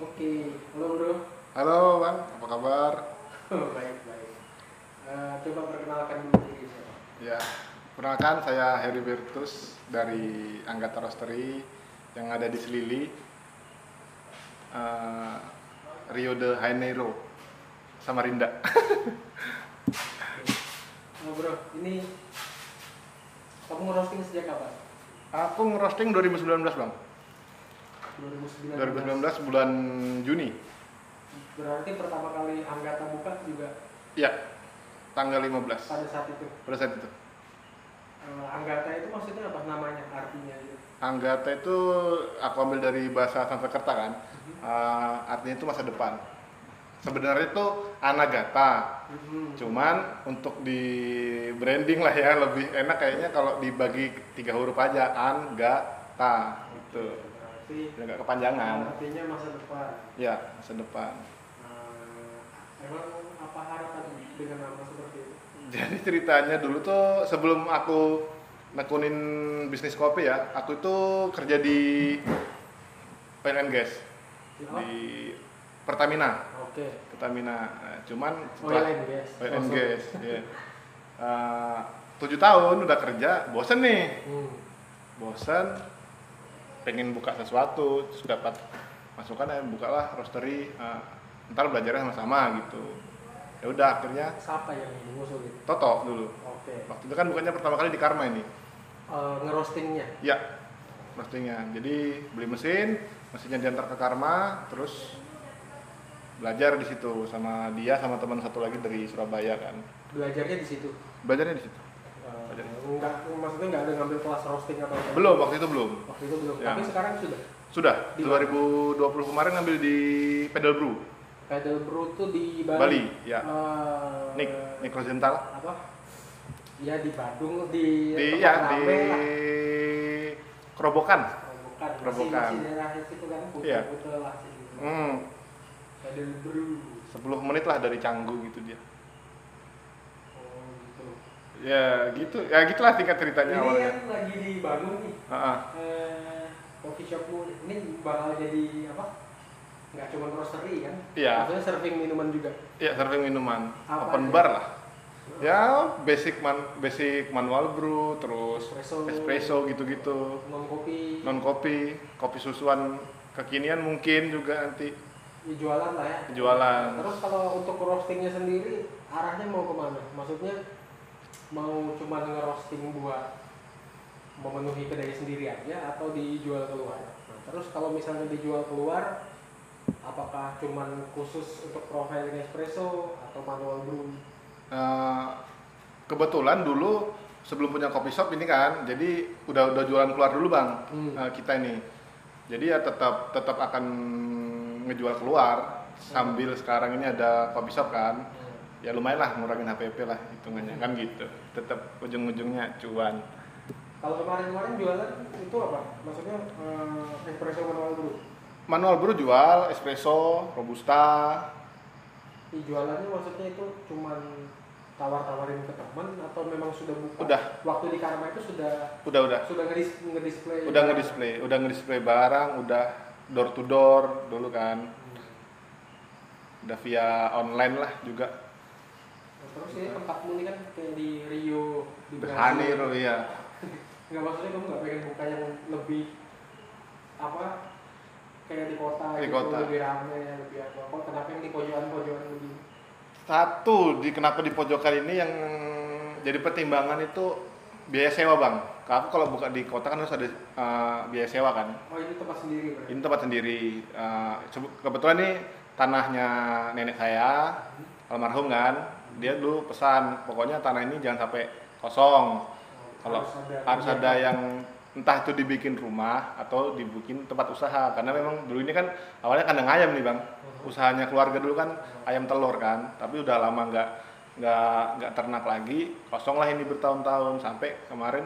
Oke, halo bro. Oh, Halo Bang, apa kabar? baik baik. Eh, coba perkenalkan dulu diri saya. Ya, perkenalkan saya Heri Virtus dari Anggata Roastery yang ada di Selili, eh, Rio de Janeiro, Samarinda. Oh, bro, ini kamu roasting sejak kapan? Aku ngerosting 2019 Bang, 2019. 2019 bulan Juni. Berarti pertama kali Anggata buka juga Ya, tanggal 15 pada saat itu. pada saat itu. Eh, Anggata itu maksudnya apa namanya? Artinya itu. Anggata itu aku ambil dari bahasa Sanskerta kan, eh, artinya itu masa depan. Sebenarnya itu Anagata, Mhm. Cuman untuk di branding lah ya lebih enak kayaknya kalau dibagi tiga huruf aja an, ga, ta gitu. Berarti Biar nggak kepanjangan. artinya masa depan. Ya, masa depan. Eh, emang apa harapan dengan nama seperti itu? Jadi ceritanya dulu tuh sebelum aku nekunin bisnis kopi ya, aku itu kerja di Oil and Gas Ya. Apa? di Pertamina, Oke. Pertamina. Nah, Cuman Oil setelah and gas. Oil and Oh, sorry. Gas, ya. Eh, tujuh tahun udah kerja, bosen nih. Hmm. bosan pengen buka sesuatu terus dapat masukan ya bukalah roastery eh, ntar belajarnya sama-sama gitu ya udah akhirnya Siapa yang diusul gitu? Toto dulu Oke. waktu itu kan bukannya pertama kali di Karma ini Eh, ngerostingnya. ya roastingnya jadi beli mesin mesinnya diantar ke Karma terus belajar di situ sama dia sama teman satu lagi dari Surabaya kan Belajarnya di situ. belajarnya di situ Eh, Belajar. enggak, maksudnya enggak ada ngambil kelas roasting atau apa? belum waktu itu belum Waktu itu belum. Ya. Tapi sekarang sudah. sudah Di mana? 2020 kemarin ngambil di Pedal Brew Pedal Brew tuh di Bali. Bali ya Eh, Nick Nick Rosenthal Apa? Ya di Bandung di di tempat ya di Iya, rame lah. kerobokan Oh, bukan. Masih- Kerobokan. Masih daerah situ kan. Putel, Iya. putel lah situ. hmm, Pedal Brew. 10 menit lah dari Canggu gitu dia Oh gitu. ya gitu ya gitulah tingkat ceritanya Ini awalnya yang lagi di Bandung nih. Heeh. eh, coffee shopmu ini bakal jadi apa? Nggak cuma roastery kan? Iya. Maksudnya serving minuman juga. ya serving minuman Apa open aja? bar lah ya basic man basic manual brew terus Espresso. espresso gitu-gitu Non kopi. non kopi kopi susuan kekinian mungkin juga nanti Ya, jualan lah ya. Jualan. Terus kalau untuk roastingnya sendiri arahnya mau kemana? Maksudnya mau cuma ngerosting buat memenuhi kedai sendiri aja atau dijual keluar? Nah, terus kalau misalnya dijual keluar, apakah cuman khusus untuk profiling espresso atau manual brew? Eh, kebetulan dulu sebelum punya kopi shop ini kan jadi udah udah jualan keluar dulu bang Hmm. eh, kita ini jadi ya tetap tetap akan ngejual keluar sambil sekarang ini ada kopi shop kan Nah, ya lumayan lah ngurangin HPP lah hitungannya kan gitu tetap ujung-ujungnya cuan Kalau kemarin-kemarin jualan itu apa? Maksudnya eh, espresso manual brew? manual brew jual espresso robusta Di jualannya maksudnya itu cuman tawar-tawarin ke teman atau memang sudah buka? Udah. Waktu di Karma itu sudah udah udah sudah ngedis, ngedisplay. udah ngedisplay udah ngedisplay barang udah door to door dulu kan Hmm. udah via online lah juga Nah, terus ini tempatmu ini kan kayak di Rio di Berhani Ro, iya. Enggak maksudnya kamu nggak pengen buka yang lebih apa? Kayak di kota Di gitu, kota. lebih ramai, lebih apa? Kok kenapa yang di pojokan-pojokan begini? Satu di kenapa di pojokan ini yang jadi pertimbangan itu biaya sewa bang. Aku kalau buka di kota kan harus ada eh, biaya sewa kan. Oh ini tempat sendiri berarti? Ini tempat sendiri. Eh, sebe- kebetulan nih tanahnya nenek saya almarhum kan. Dia dulu pesan pokoknya tanah ini jangan sampai kosong. Kalau Harus ada harus ada yang entah itu dibikin rumah atau dibikin tempat usaha karena memang dulu ini kan awalnya kandang ayam nih bang Uh-huh. usahanya keluarga dulu kan ayam telur kan tapi udah lama nggak nggak nggak ternak lagi kosong lah ini bertahun-tahun sampai kemarin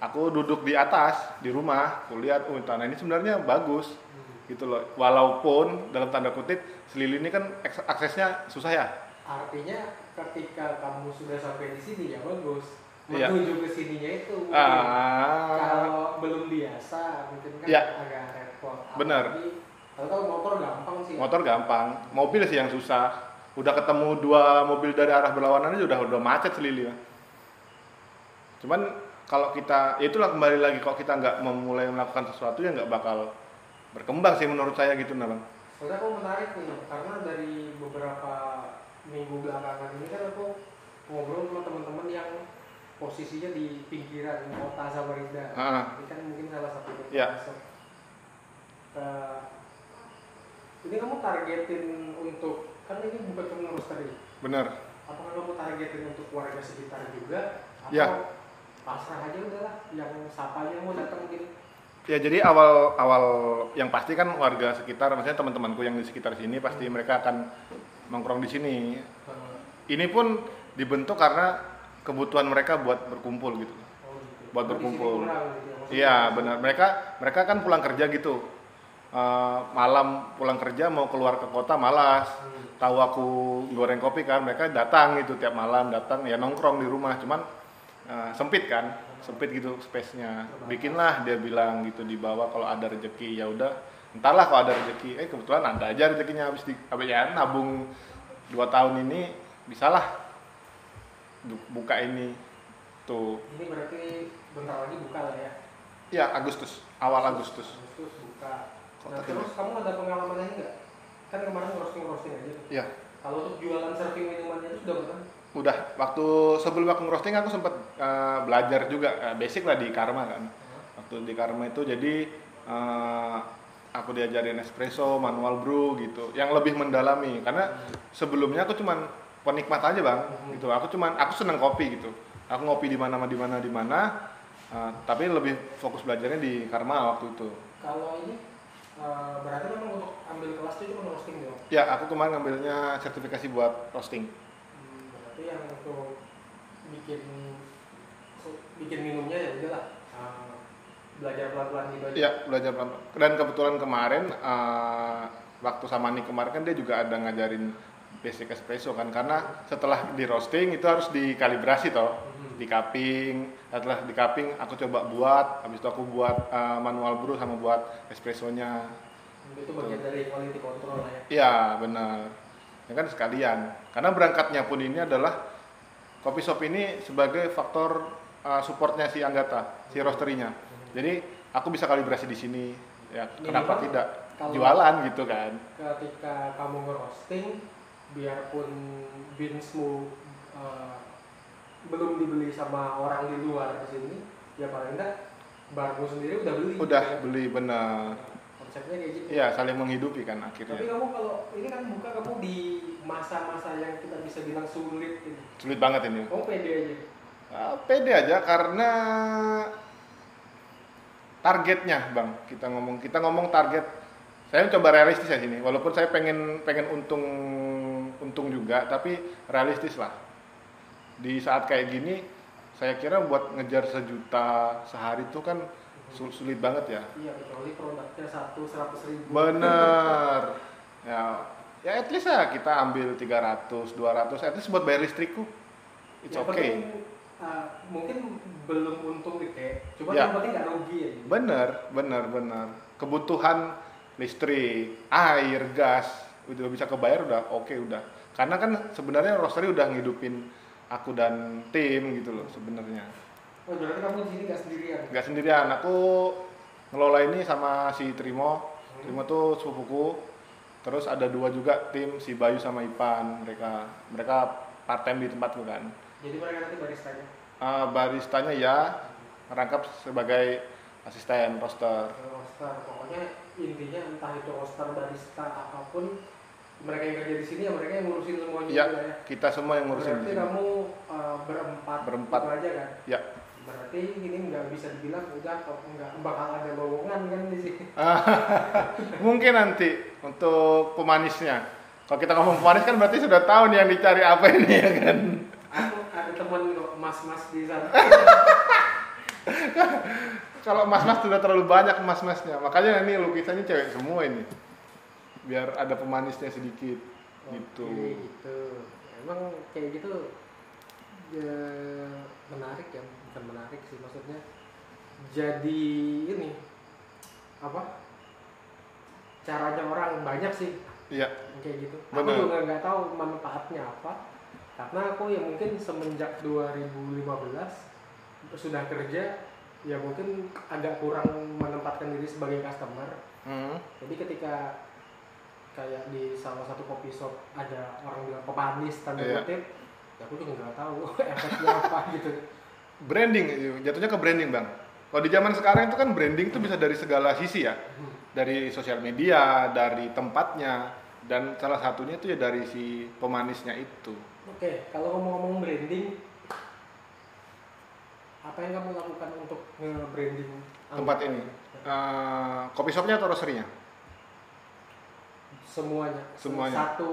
aku duduk di atas di rumah kulihat oh tanah ini sebenarnya bagus Hmm. gitu loh walaupun dalam tanda kutip selili ini kan eks- aksesnya susah ya Artinya ketika kamu sudah sampai di sini ya bagus. Iya. Menuju ke sininya itu. mungkin. ah Kalau belum biasa mungkin kan Iya. agak repot. Benar. Apalagi, Kalau motor gampang sih. motor gampang mobil sih yang susah udah ketemu dua mobil dari arah berlawanan aja udah udah macet selili Bang. cuman kalau kita ya itulah kembali lagi kalau kita nggak memulai melakukan sesuatu ya nggak bakal berkembang sih menurut saya gitu nah bang Soalnya aku menarik nih, karena dari beberapa minggu belakangan ini kan aku ngobrol sama teman-teman yang posisinya di pinggiran kota Samarinda. Ah. Ini kan mungkin salah satu yang Ya. masuk. Eh, ini kamu targetin untuk kan ini bukan cuma roastery. bener Apakah kamu targetin untuk warga sekitar juga? Atau Ya. pasrah aja udahlah yang sapanya mau datang gitu. Ya jadi awal awal yang pasti kan warga sekitar, maksudnya teman-temanku yang di sekitar sini pasti mereka akan nongkrong di sini. Eh, Ini pun dibentuk karena kebutuhan mereka buat berkumpul gitu. oh gitu. Buat Tapi di sini berkumpul. kurang gitu ya, maksudnya. Iya benar. Mereka mereka kan pulang kerja gitu. Eh, malam pulang kerja mau keluar ke kota malas. Hmm. Tahu aku goreng kopi kan, mereka datang gitu tiap malam datang ya nongkrong di rumah. Cuman eh, sempit kan, sempit gitu space-nya. Bikinlah dia bilang gitu di bawah kalau ada rezeki ya udah. Entarlah kalau ada rezeki. Eh kebetulan ada aja rezekinya habis di habis ya nabung dua tahun ini bisalah bu- buka ini tuh Ini berarti bentar lagi buka lah ya. ya Agustus awal Agustus Agustus buka. Nah, Kota Timur. terus kamu ada pengalaman lain nggak? Kan kemarin roasting roasting aja. tuh. ya Kalau untuk jualan serving minumannya itu sudah bukan? udah waktu sebelum aku ngerosting aku sempat eh, belajar juga eh, basic lah di Karma kan waktu di Karma itu jadi eh, aku diajarin espresso manual brew gitu yang lebih mendalami karena sebelumnya aku cuman penikmat aja bang Mhm. gitu aku cuman aku seneng kopi gitu aku ngopi di mana di mana di mana eh, tapi lebih fokus belajarnya di Karma waktu itu Kalau ini eh, berarti memang untuk ambil kelas itu cuma roasting doang. ya aku kemarin ngambilnya sertifikasi buat roasting Hmm, berarti yang untuk bikin bikin minumnya ya udahlah. Eh, belajar pelan-pelan gitu aja. Iya belajar pelan Dan kebetulan kemarin eh, waktu sama Nick kemarin kan dia juga ada ngajarin basic espresso kan karena setelah di roasting itu harus dikalibrasi toh Mhm. di cupping setelah di cupping aku coba buat habis itu aku buat eh, manual brew sama buat espressonya Itu bagian dari quality control lah ya. iya benar ya kan sekalian karena berangkatnya pun ini adalah kopi shop ini sebagai faktor eh, supportnya si Anggata si roasterinya jadi aku bisa kalibrasi di sini ya kenapa Minimal tidak Iya, kalau- jualan gitu kan ketika kamu ngerosting biarpun beansmu eh, belum dibeli sama orang di luar ke sini ya paling enggak barmu sendiri udah beli udah gitu beli ya. benar konsepnya kayak gitu ya saling menghidupi kan tapi akhirnya kamu kalau ini kan buka kamu di masa-masa yang kita bisa bilang sulit ini sulit banget ini kamu pede aja Ah, pede aja karena targetnya bang kita ngomong kita ngomong target saya coba realistis ya sini walaupun saya pengen pengen untung untung juga tapi realistis lah di saat kayak gini saya kira buat ngejar sejuta sehari itu kan sul- sulit banget ya iya kecuali produknya satu seratus ribu Bener. Ya, ya at least lah kita ambil 300, 200, at least buat bayar listrikku. It's Yang okay. penting, eh, mungkin belum untung gede cuma Ya. yang penting nggak rugi ya Bener, bener, bener. Kebutuhan listrik, air, gas, udah bisa kebayar udah oke udah. Karena kan sebenarnya roastery udah ngidupin aku dan tim gitu loh sebenarnya. oh berarti kamu di sini nggak sendirian Gak sendirian, aku ngelola ini sama si Trimo. Trimo tuh sepupuku. Terus ada dua juga tim si Bayu sama Ipan. Mereka mereka part time di tempatku kan. Jadi mereka nanti baristanya. Eh, baristanya ya merangkap sebagai asisten roster. Roster, pokoknya intinya entah itu roster barista apapun mereka yang kerja di sini ya mereka yang ngurusin semuanya Ya, juga ya. kita semua yang ngurusin Berarti di sini. kamu eh, berempat, Berempat. itu aja kan? Ya, berarti ini nggak bisa dibilang udah atau nggak bakal ada lowongan kan di sini Mungkin nanti untuk pemanisnya. Kalau kita ngomong pemanis kan berarti sudah tahu nih yang dicari apa ini ya kan. aku ada teman kok mas-mas di sana Kalau mas-mas sudah terlalu banyak mas-masnya, makanya ini lukisannya cewek semua ini. Biar ada pemanisnya sedikit gitu. Oke, gitu emang kayak gitu ya, menarik ya bukan menarik sih maksudnya jadi ini apa caranya orang banyak sih Iya, kayak gitu aku Bener. juga nggak tahu manfaatnya apa karena aku ya mungkin semenjak 2015 sudah kerja ya mungkin agak kurang menempatkan diri sebagai customer Hmm. jadi ketika kayak di salah satu kopi shop ada orang bilang pepanis tanda Iya. kutip ya aku juga nggak tahu efeknya apa gitu branding iya. jatuhnya ke branding, Bang. Kalau di zaman sekarang itu kan branding itu bisa dari segala sisi ya. Hmm. Dari sosial media, dari tempatnya dan salah satunya itu ya dari si pemanisnya itu. oke kalau ngomong-ngomong branding apa yang kamu lakukan untuk nge-branding tempat anggota? ini. Eh, kopi shopnya atau roasterynya? semuanya Semuanya. satu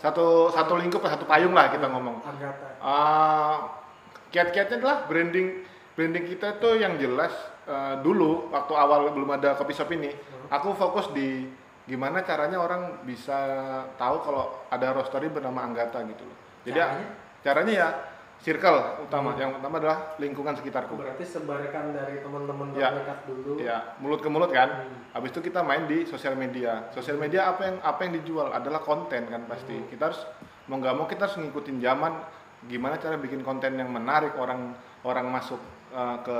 Satu satu lingkup satu payung lah kita ngomong. Agatha Eh, kiat-kiatnya adalah branding branding kita tuh yang jelas eh, dulu waktu awal belum ada kopi shop ini, aku fokus di gimana caranya orang bisa tahu kalau ada roastery bernama Anggata gitu loh. Jadi Caranya? caranya ya circle utama, yang utama adalah lingkungan sekitarku. berarti sebarkan dari teman-teman Ya. terdekat dulu Ya, mulut ke mulut kan. Hmm. Habis itu kita main di sosial media. Sosial media apa yang apa yang dijual adalah konten kan pasti. Hmm. Kita harus mau nggak mau kita harus ngikutin zaman gimana cara bikin konten yang menarik orang orang masuk eh, ke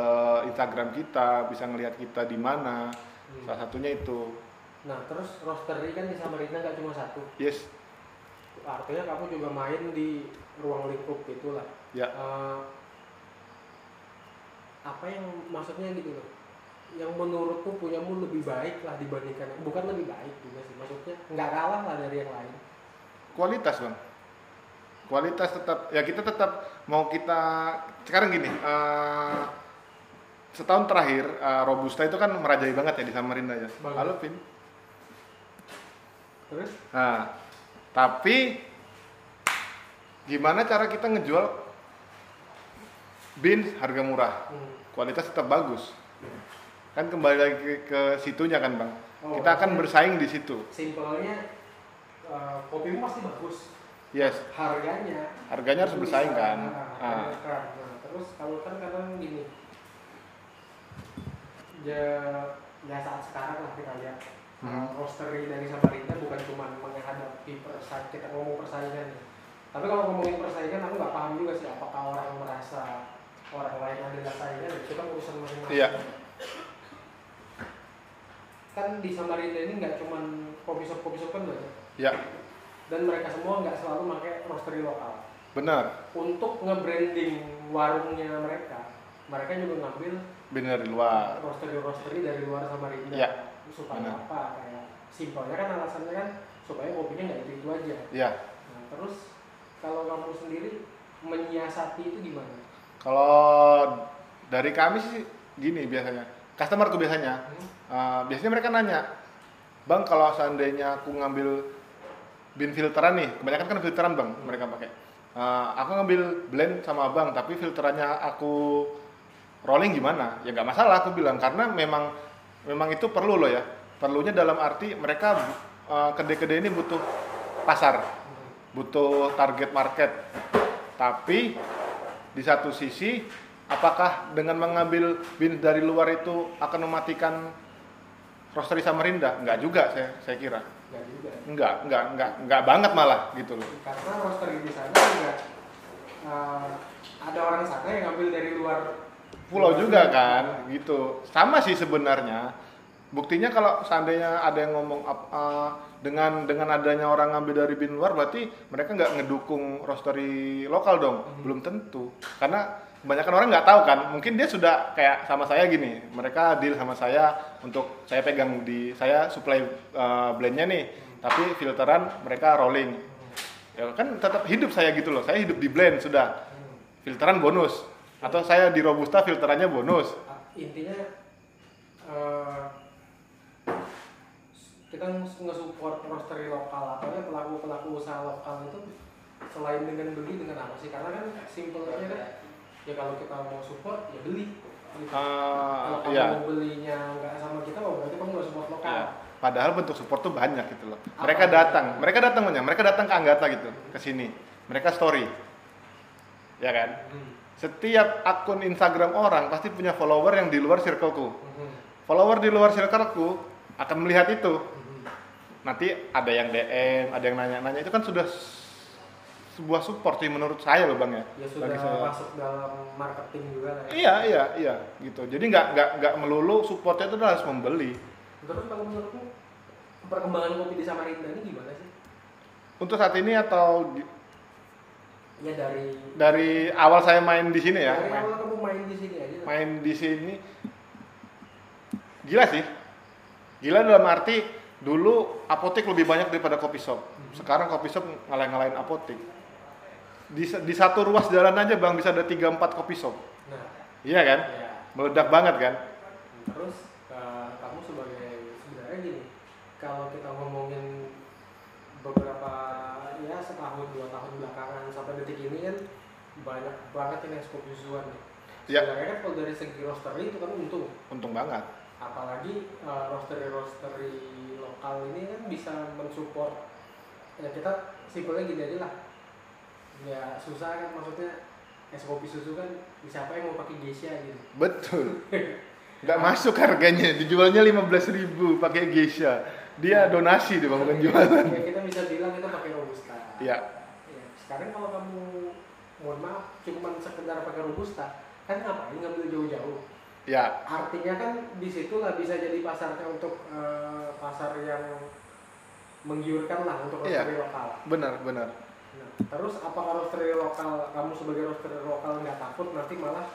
Instagram kita, bisa ngelihat kita di mana. Hmm. Salah satunya itu. nah terus roastery kan di Samarinda nggak cuma satu Yes. artinya kamu juga main di ruang lingkup itulah Ya. Eh, apa yang maksudnya gitu loh yang menurutku punyamu lebih baik lah dibandingkan bukan lebih baik juga sih maksudnya nggak kalah lah dari yang lain kualitas bang kualitas tetap ya kita tetap mau kita sekarang gini eh, setahun terakhir eh, robusta itu kan merajai banget ya di Samarinda ya Banget. halo Vin terus nah tapi gimana cara kita ngejual beans harga murah hmm, kualitas tetap bagus kan kembali lagi ke, ke situnya kan bang Oh, kita akan maksudnya- bersaing di situ simpelnya eh, kopimu pasti bagus yes harganya harganya harus itu bersaing bisa, kan nah, Ah. harganya keren. Nah, terus kalau kan kadang gini ya, ya saat sekarang lah kita lihat Mhm. uh, roastery dari Samarinda bukan cuma menghadapi persaingan kita ngomong persaingan ya. tapi kalau ngomongin persaingan aku nggak paham juga sih apakah orang merasa orang lain adalah saingan itu kan urusan masing-masing Iya. kan di Samarinda ini nggak cuma kopi shop kopi shop kan banyak ya dan mereka semua nggak selalu pakai roastery lokal benar untuk nge-branding warungnya mereka, mereka juga ngambil Bener di luar. roastery-roastery dari luar Samarinda Iya, supaya benar. apa kayak simpelnya kan alasannya kan supaya kopinya nggak itu itu aja. Ya, Nah, terus kalau kamu sendiri menyiasati itu gimana? kalau dari kami sih gini biasanya. Customer tuh biasanya, Hmm? eh, biasanya mereka nanya, bang kalau seandainya aku ngambil bin filteran nih, kebanyakan kan filteran bang mereka pakai. Eh, aku ngambil blend sama abang, tapi filterannya aku rolling gimana? Ya nggak masalah aku bilang karena memang memang itu perlu loh ya. Perlunya dalam arti mereka eh, kedai-kedai ini butuh pasar. Hmm. butuh target market. Tapi di satu sisi, apakah dengan mengambil bin dari luar itu akan mematikan roastery Samarinda? Enggak juga saya saya kira. Nggak juga. Enggak, enggak, enggak, enggak banget malah gitu loh. Karena roastery di sana juga eh, ada orang sana yang ngambil dari luar Pulau luar juga sini. kan, gitu. Sama sih sebenarnya. Buktinya kalau seandainya ada yang ngomong ap- eh, dengan dengan adanya orang ngambil dari bin luar berarti mereka nggak ngedukung roastery lokal dong. Mhm. Belum tentu. Karena kebanyakan orang nggak tahu kan. Mungkin dia sudah kayak sama saya gini. Mereka deal sama saya untuk saya pegang di saya supply eh, blendnya nih. Tapi filteran mereka rolling. Ya kan tetap hidup saya gitu loh. Saya hidup di blend sudah Hmm. filteran bonus Atau saya di Robusta filterannya bonus. Ah, intinya eh, kita nge- nge-support roastery lokal atau ya pelaku-pelaku usaha lokal itu selain dengan beli dengan apa sih karena kan simpelnya kan ya kalau kita mau support ya beli gitu. kalau Ah, kamu iya. mau belinya nggak sama kita oh berarti kamu nggak support lokal Iya. Padahal bentuk support tuh banyak gitu loh. Apa? Mereka datang, mereka datang banyak, mereka datang ke Anggata gitu, ke sini. Mereka story. Ya kan? Hmm. Setiap akun Instagram orang pasti punya follower yang di luar circleku. Mhm. Follower di luar circleku akan melihat itu. Mhm. Nanti ada yang DM, ada yang nanya-nanya itu kan sudah s- sebuah support sih menurut saya loh Bang ya. ya sudah Bagi saya. masuk dalam marketing juga lah ya. Iya, iya, iya gitu. Jadi nggak nggak nggak melulu supportnya itu harus membeli. terus kalau menurutmu perkembangan kopi di Samarinda ini gimana sih Untuk saat ini atau di- ya dari dari awal saya main di sini ya, dari main, awal kamu main di sini aja main di sini gila sih. Gila dalam arti dulu apotek lebih banyak daripada kopi shop. Hmm. Sekarang kopi shop ngalah-ngalahin apotek. Di, sa- di satu ruas jalan aja Bang bisa ada 3 4 kopi shop. nah Iya kan? ya Meledak banget kan? terus eh, kamu sebagai sebenarnya gini kalau kita ngomongin beberapa ya setahun dua tahun belakangan sampai detik ini kan banyak banget yang eksklusifuan nih Ya. sebenarnya kan kalau dari segi roastery itu kan untung Untung banget. apalagi uh, roastery-roastery lokal ini kan bisa mensupport ya kita simpelnya gini aja lah ya susah kan maksudnya es kopi susu kan siapa yang mau pakai geisha gitu Betul. Nggak masuk harganya, dijualnya 15.000 pakai geisha. Dia donasi tuh Bang, bukan jualan. ya kita bisa bilang kita pakai robusta Iya, Ya, sekarang kalau kamu mohon maaf cuman sekedar pakai robusta kan ngapain ngambil jauh-jauh iya. artinya kan disitulah bisa jadi pasarnya untuk eh, pasar yang menggiurkan lah untuk Iya. roastery lokal Benar, benar. Nah, terus apakah roastery lokal kamu sebagai roastery lokal nggak takut nanti malah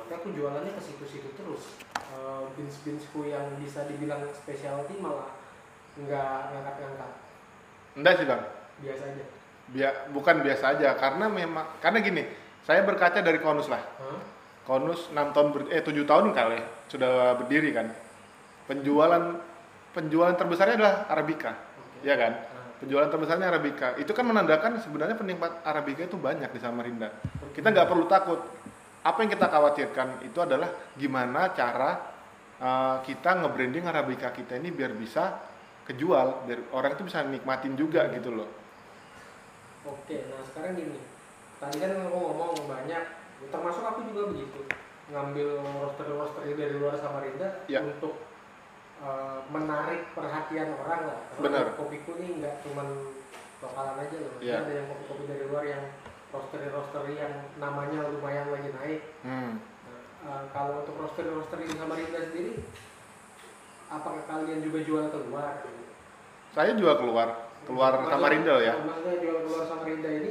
nanti aku jualannya ke situ-situ terus Eh, bins-binsku yang bisa dibilang specialty malah nggak ngangkat-ngangkat Enggak sih, Bang. biasa aja Bia- bukan biasa aja karena memang karena gini saya berkaca dari konus lah Hah? konus 6 tahun ber- eh 7 tahun kali ya, sudah berdiri kan penjualan penjualan terbesarnya adalah arabica Oke. ya kan Nah, penjualan terbesarnya arabica itu kan menandakan sebenarnya penikmat arabica itu banyak di Samarinda kita nggak perlu takut apa yang kita khawatirkan itu adalah gimana cara eh, kita nge-branding arabica kita ini biar bisa kejual biar orang itu bisa nikmatin juga gitu loh oke nah sekarang gini tadi kan aku ngomong banyak termasuk aku juga begitu ngambil roastery roastery dari luar Samarinda Ya. untuk eh, menarik perhatian orang lah Karena Benar. kopiku nih nggak cuman lokalan aja loh Iya. ada yang kopi-kopi dari luar yang roastery roastery yang namanya lumayan lagi naik Hmm. Nah, eh, kalau untuk roastery roastery di Samarinda sendiri apakah kalian juga jual keluar Saya jual keluar, keluar Maksudnya- Samarinda loh ya. Maksudnya jual keluar Samarinda ini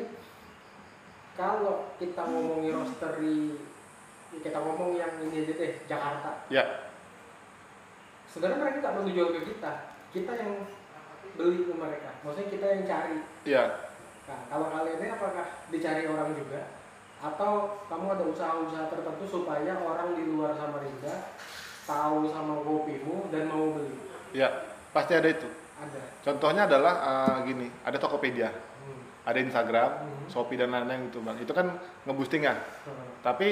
kalau kita ngomongin roastery ya kita ngomong yang ini aja deh Jakarta. Ya, Sebenarnya mereka nggak perlu jual ke kita, kita yang beli ke mereka. Maksudnya kita yang cari. ya. Nah, kalau kalian ini apakah dicari orang juga? Atau kamu ada usaha-usaha tertentu supaya orang di luar Samarinda tahu sama kopimu dan mau beli? Ya, pasti ada itu. Ada. Contohnya adalah eh, gini, ada Tokopedia, Hmm. ada Instagram, Mhm. Shopee dan lain-lain gitu bang. Itu kan ngeboosting ya. Hmm. Tapi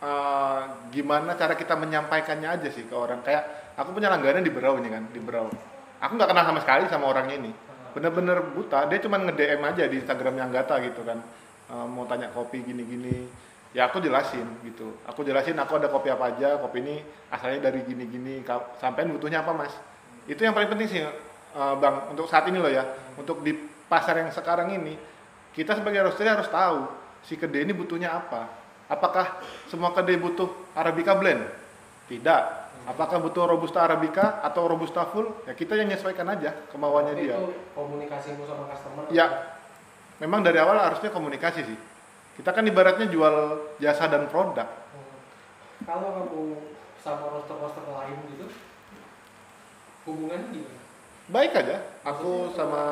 eh, gimana cara kita menyampaikannya aja sih ke orang. Kayak aku punya langganan di Berau ini kan, di Berau. Aku nggak kenal sama sekali sama orangnya ini. Bener-bener buta. Dia cuma nge-DM aja di Instagram yang gata gitu kan. Eh, mau tanya kopi gini-gini. Ya aku jelasin gitu. Aku jelasin aku ada kopi apa aja. Kopi ini asalnya dari gini-gini. Ka- Sampean butuhnya apa mas? Itu yang paling penting sih eh, bang. Untuk saat ini loh ya. Untuk di pasar yang sekarang ini. Kita sebagai roastery harus tahu. Si kedai ini butuhnya apa. Apakah semua kedai butuh Arabica blend? Tidak. Apakah butuh Robusta Arabica atau Robusta full? Ya kita yang menyesuaikan aja kemauannya dia. Itu komunikasimu sama customer. Ya, memang dari awal harusnya komunikasi sih. Kita kan ibaratnya jual jasa dan produk. Hmm. Kalau kamu sama roster-roster lain gitu, hubungannya gimana? Baik aja. Aku sama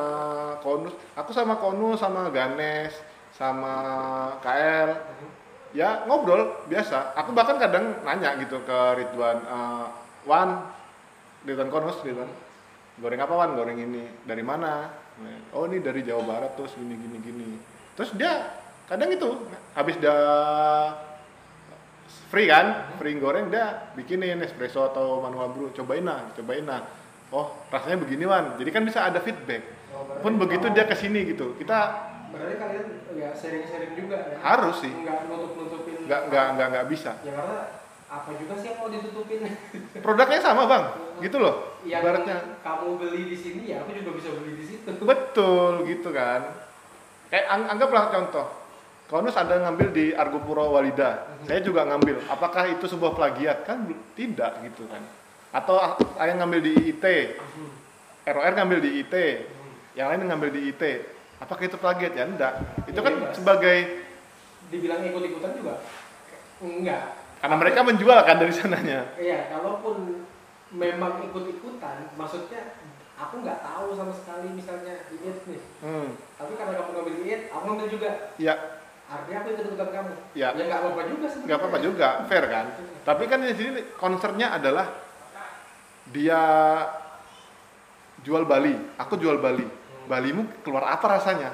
Konus, aku sama Konus, sama Ganes, sama KL, Hmm. ya ngobrol biasa aku bahkan kadang nanya gitu ke Ridwan eh, Wan Ridwan Konus Ridwan goreng apa Wan goreng ini dari mana Nah, oh ini dari Jawa Barat terus gini gini gini terus dia kadang itu habis dia free kan free goreng dia bikinin espresso atau manual brew cobain lah cobain lah oh rasanya begini Wan jadi kan bisa ada feedback Oh, berarti- pun begitu dia kesini gitu kita Berarti kalian ya sharing-sharing juga ya? Harus sih. Nggak nutup-nutupin. nggak nggak nggak nggak bisa Ya karena apa juga sih yang mau ditutupin? produknya sama bang gitu loh yang ibaratnya kamu beli di sini ya aku juga bisa beli di situ. betul gitu kan kayak ang- anggaplah contoh Konus ada ngambil di Argopuro Walida saya juga ngambil apakah itu sebuah plagiat kan bel- tidak gitu kan atau a- saya ngambil di IT ROR ngambil di IT yang lain ngambil di IT apakah itu plagiat ya enggak itu kan Bebas. sebagai Dibilang ikut-ikutan juga? Enggak. karena mereka menjual kan dari sananya Iya, kalaupun memang ikut-ikutan, maksudnya aku nggak tahu sama sekali misalnya diet nih. hmm. Tapi karena kamu ngambil diet, aku ngambil juga. ya Artinya aku ikut-ikutan kamu. Ya. Ya nggak apa-apa juga sih. nggak apa-apa juga fair kan tapi kan di sini concernnya adalah dia jual Bali aku jual Bali Balimu keluar apa rasanya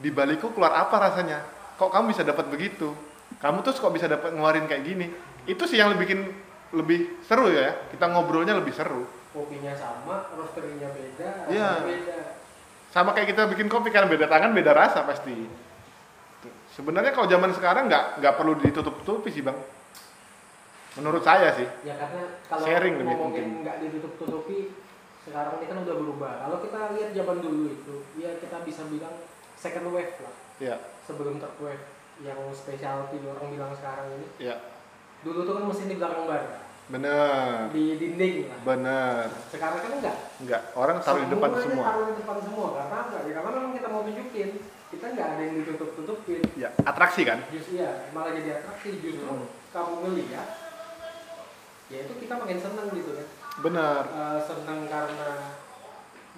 di Baliku keluar apa rasanya kok kamu bisa dapat begitu kamu tuh kok bisa dapat ngeluarin kayak gini itu sih yang bikin lebih seru ya kita ngobrolnya lebih seru Kopinya sama, roasterinya beda, Iya. rasanya beda. sama kayak kita bikin kopi kan beda tangan beda rasa pasti sebenarnya kalau zaman sekarang nggak nggak perlu ditutup-tutupi sih bang menurut saya sih Ya karena kalau Sharing lebih penting. ngomongin nggak ditutup-tutupi, sekarang ini kan udah berubah. Kalau kita lihat zaman dulu itu, ya kita bisa bilang second wave lah. ya Sebelum third wave yang specialty orang bilang sekarang ini. ya Dulu tuh kan mesin di belakang bar, bener di dinding lah. Bener, sekarang kan enggak enggak. Orang taruh di depan Semuanya semua. taruh di depan semua karena apa ya karena memang kita mau tunjukin kita nggak ada yang ditutup tutupin Ya, atraksi kan? justru ya malah jadi atraksi justru Hmm. kamu ngeliat ya itu kita makin seneng gitu ya Bener. Eh, seneng karena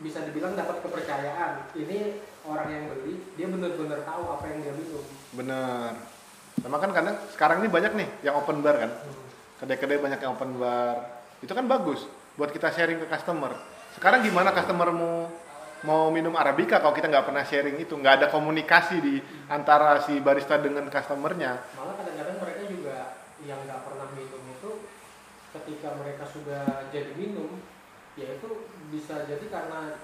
bisa dibilang dapat kepercayaan ini orang yang beli dia bener-bener tahu apa yang dia minum Bener. Sama kan kadang sekarang ini banyak nih yang open bar kan. Kedai-kedai banyak yang open bar. Itu kan bagus buat kita sharing ke customer. Sekarang gimana customer mau mau minum arabica kalau kita nggak pernah sharing itu nggak ada komunikasi di antara si barista dengan customernya malah kadang-kadang mereka juga yang nggak pernah minum itu ketika mereka sudah jadi minum ya itu bisa jadi karena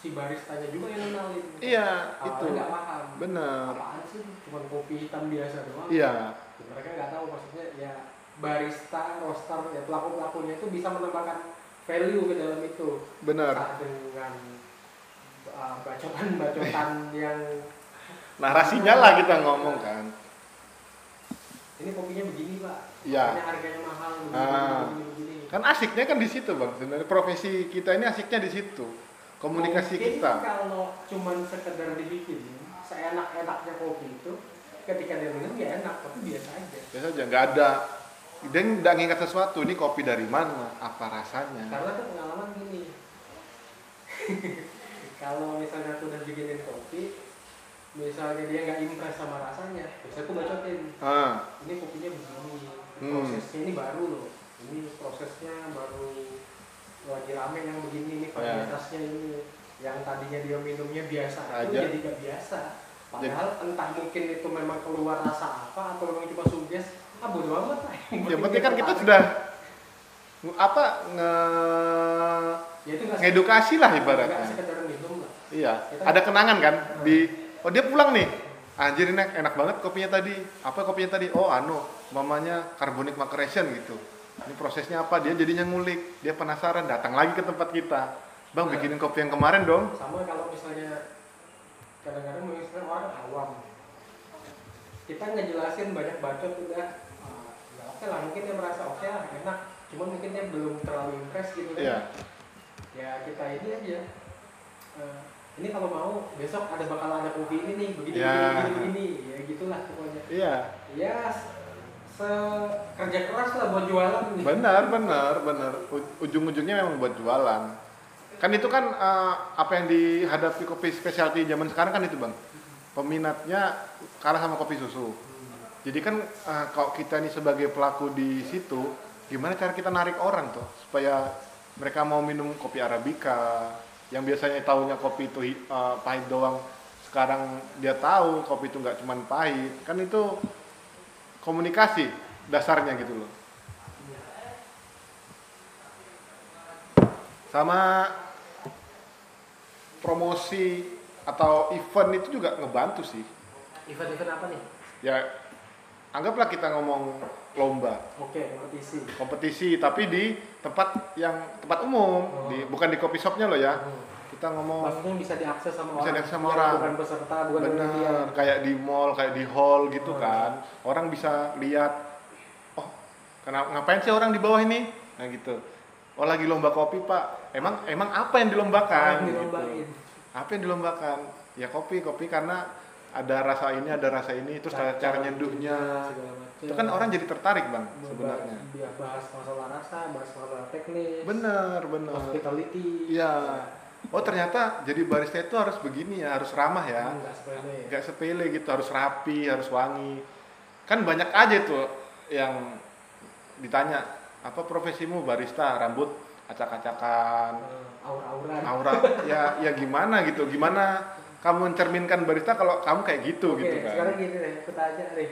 si baristanya juga yang kenalin iya Awalnya itu nggak paham bener apaan sih cuma kopi hitam biasa doang iya Ya, mereka nggak tahu maksudnya ya barista roaster ya pelaku pelakunya itu bisa menambahkan value ke dalam itu bener Entah dengan uh, bacotan bacotan Iya. yang narasinya lah kita ngomong kan ini kopinya begini pak Iya. ini harganya mahal begini, Ah. begini, begini. kan asiknya kan di situ bang sebenarnya profesi kita ini asiknya di situ komunikasi Mungkin kita kalau cuman sekedar dibikin seenak-enaknya kopi itu ketika dia minum ya enak tapi biasa aja biasa aja nggak ada dia nggak ngingat sesuatu ini kopi dari mana apa rasanya karena tuh pengalaman gini kalau misalnya aku udah bikinin kopi misalnya dia nggak impress sama rasanya biasanya aku bacotin ah ini kopinya begini Hmm. prosesnya ini baru loh ini prosesnya baru lagi rame yang begini ini Ya. varietasnya ini yang tadinya dia minumnya biasa itu Aja. Ya. jadi gak biasa padahal entah mungkin itu memang keluar rasa apa atau memang cuma suges ah bodo amat lah yang penting kan kita tertarik. sudah nge- apa nge ya itu nggak ngedukasi lah nggak ibaratnya sekedar minum lah iya ada kenangan kan di oh dia pulang nih anjir ini enak banget kopinya tadi apa kopinya tadi oh anu mamanya carbonic maceration gitu ini prosesnya apa dia jadinya ngulik dia penasaran datang lagi ke tempat kita bang bikinin kopi yang kemarin dong sama kalau misalnya kadang-kadang misalnya orang awam kita ngejelasin banyak bacot udah ah, ya oke lah mungkin dia merasa oke lah enak cuman mungkin dia belum terlalu impress gitu kan Iya, ya kita ini aja eh, ini kalau mau besok ada bakal ada kopi ini nih begini Ya. begini begini ya gitulah pokoknya iya, ya se- se- kerja keras lah buat jualan nih. benar, benar, benar. U- Ujung-ujungnya memang buat jualan. Kan itu kan eh, apa yang dihadapi kopi specialty zaman sekarang kan itu bang, peminatnya kalah sama kopi susu. Hmm. Jadi kan eh, kalau kita ini sebagai pelaku di situ, gimana cara kita narik orang tuh supaya mereka mau minum kopi arabica yang biasanya tahunya kopi itu hi- eh, pahit doang, sekarang dia tahu kopi itu nggak cuman pahit. Kan itu komunikasi dasarnya gitu loh. Sama promosi atau event itu juga ngebantu sih. Event-event apa nih? Ya anggaplah kita ngomong lomba, Oke, kompetisi. kompetisi tapi di tempat yang tempat umum, Oh. di bukan di coffee shopnya loh ya. Hmm. Kita ngomong Maksudnya bisa diakses sama Bisa orang. diakses sama Bukan- orang. Kan Bukan peserta, bukan penelitian. bener kayak di mall, kayak di hall gitu Oh. kan. Orang bisa lihat oh, kenapa ngapain sih orang di bawah ini? Nah gitu. Oh lagi lomba kopi, Pak. Emang emang apa yang dilombakan? Orang Gitu. dilombain. apa yang dilombakan ya kopi kopi karena ada rasa ini ada rasa ini terus cara, cara nyeduhnya segala macam. itu kan orang jadi tertarik bang Membahas- sebenarnya Dia bahas masalah rasa, bahas masalah teknis. bener bener Hospitality. iya oh ternyata jadi barista itu harus begini ya harus ramah ya Enggak sepele. nggak sepele gitu harus rapi harus wangi kan banyak aja tuh yang ditanya apa profesimu barista rambut acak-acakan Eh, Aura-auran. aura ya ya gimana gitu gimana kamu mencerminkan barista kalau kamu kayak gitu Oke, gitu kan sekarang gini deh, aku tanya deh.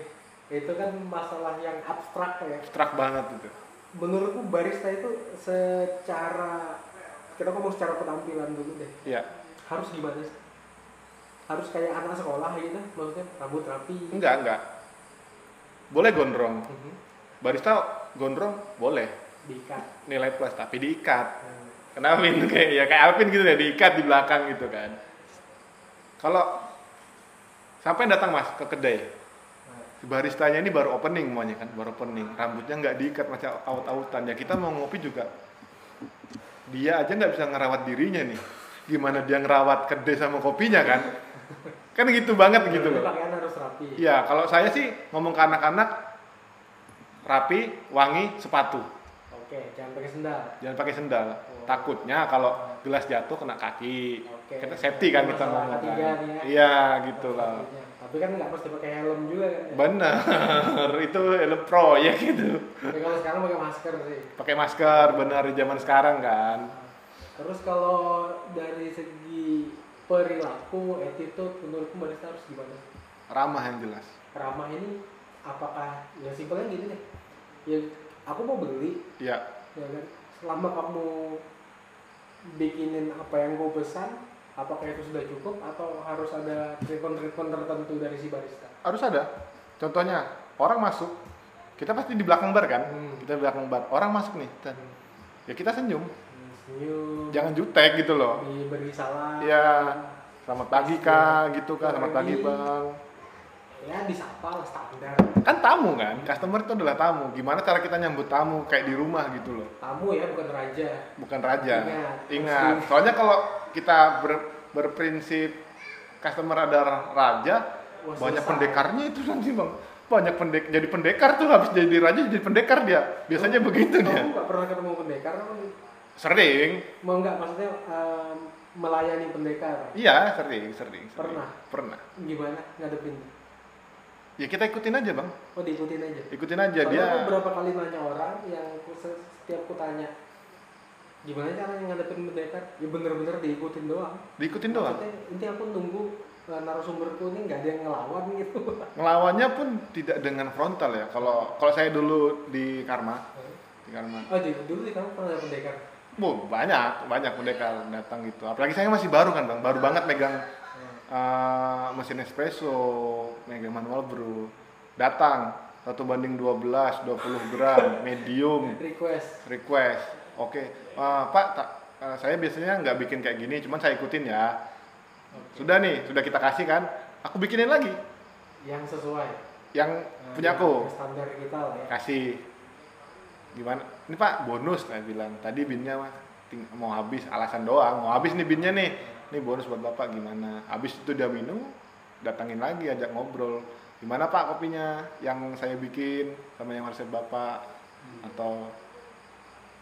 Itu kan masalah yang abstrak ya. abstrak banget gitu. itu Menurutku barista itu secara kita ngomong secara penampilan dulu deh. ya Harus gimana sih? Harus kayak anak sekolah gitu, maksudnya rambut rapi. enggak enggak boleh gondrong Mhm. barista gondrong boleh Diikat. nilai plus tapi diikat Nah, kenapa Min? kayak ya kayak Alvin gitu ya diikat di belakang gitu kan kalau sampai datang mas ke kedai nah, si baristanya ini baru opening semuanya kan baru opening rambutnya nggak diikat macam awut-awutan ya kita mau ngopi juga dia aja nggak bisa ngerawat dirinya nih gimana dia ngerawat kedai sama kopinya kan kan gitu banget gitu berarti loh Pakaian harus rapi. Iya, kalau saya sih ngomong ke anak-anak rapi, wangi, sepatu. Oke, jangan pakai sendal. Jangan pakai sendal. Takutnya kalau gelas jatuh kena kaki. Oke. Kita safety kan kita Masalah ngomong kan. ketiga nih ya. Iya, gitu lah. Rapinya. Tapi kan nggak mesti pakai helm juga kan. ya? Bener, itu elem pro ya gitu. Ya, kalau sekarang pakai masker sih. Pakai masker, benar di zaman sekarang kan. Terus kalau dari segi perilaku, attitude, menurutku barista harus gimana? Ramah yang jelas. Ramah ini apakah ya simpelnya gini deh. Ya aku mau beli, Iya, ya kan. Selama kamu bikinin apa yang gue pesan, apakah itu sudah cukup atau harus ada treatment-treatment tertentu dari si barista? harus ada. Contohnya, orang masuk, kita pasti di belakang bar kan? Hmm. Kita di belakang bar. Orang masuk nih, kita- ya kita senyum. Hmm, Senyum, Jangan jutek gitu loh. diberi salam, Iya. Selamat pagi kak, gitu kak. Selamat pagi bang. ya disapa lah standar. Kan tamu kan, customer itu adalah tamu. Gimana cara kita nyambut tamu kayak di rumah gitu loh, Tamu ya bukan raja. bukan raja. Ingat. Ingat, soalnya kalau kita ber- berprinsip customer ada raja, Wah, banyak selesai. pendekarnya itu nanti bang. Banyak pendek, jadi pendekar tuh habis jadi raja jadi pendekar dia. Oh. Biasanya begitu Kamu dia. nggak pernah ketemu pendekar kamu Sering, Mau nggak maksudnya em, melayani pendekar? iya sering, sering, sering. Pernah? pernah. Gimana ngadepin? Ya kita ikutin aja bang, Oh diikutin aja. ikutin aja Soalnya Ya, dia. aku berapa kali nanya orang yang aku se- setiap ku tanya gimana caranya ngadepin pendekar? Ya bener-bener diikutin doang. Diikutin doang. Maksudnya nanti aku nunggu eh, narasumberku ini nggak ada yang ngelawan gitu. ngelawannya pun tidak dengan frontal ya kalau kalau saya dulu di karma di karma Oh jadi dulu sih kamu pernah ada pendekar? bu banyak banyak pendekar datang gitu apalagi saya masih baru kan bang baru banget megang eh, mesin espresso megang manual brew datang satu banding 12 20 gram medium Request. request oke eh, pak tak- eh, saya biasanya nggak bikin kayak gini cuman saya ikutin ya sudah nih sudah kita kasih kan aku bikinin lagi yang sesuai yang Eh, punya aku standar kita lah ya kasih gimana ini pak bonus saya bilang tadi binnya mas ting- mau habis alasan doang mau habis nih binnya nih ini bonus buat bapak gimana habis itu dia minum datangin lagi ajak ngobrol gimana pak kopinya yang saya bikin sama yang resep bapak atau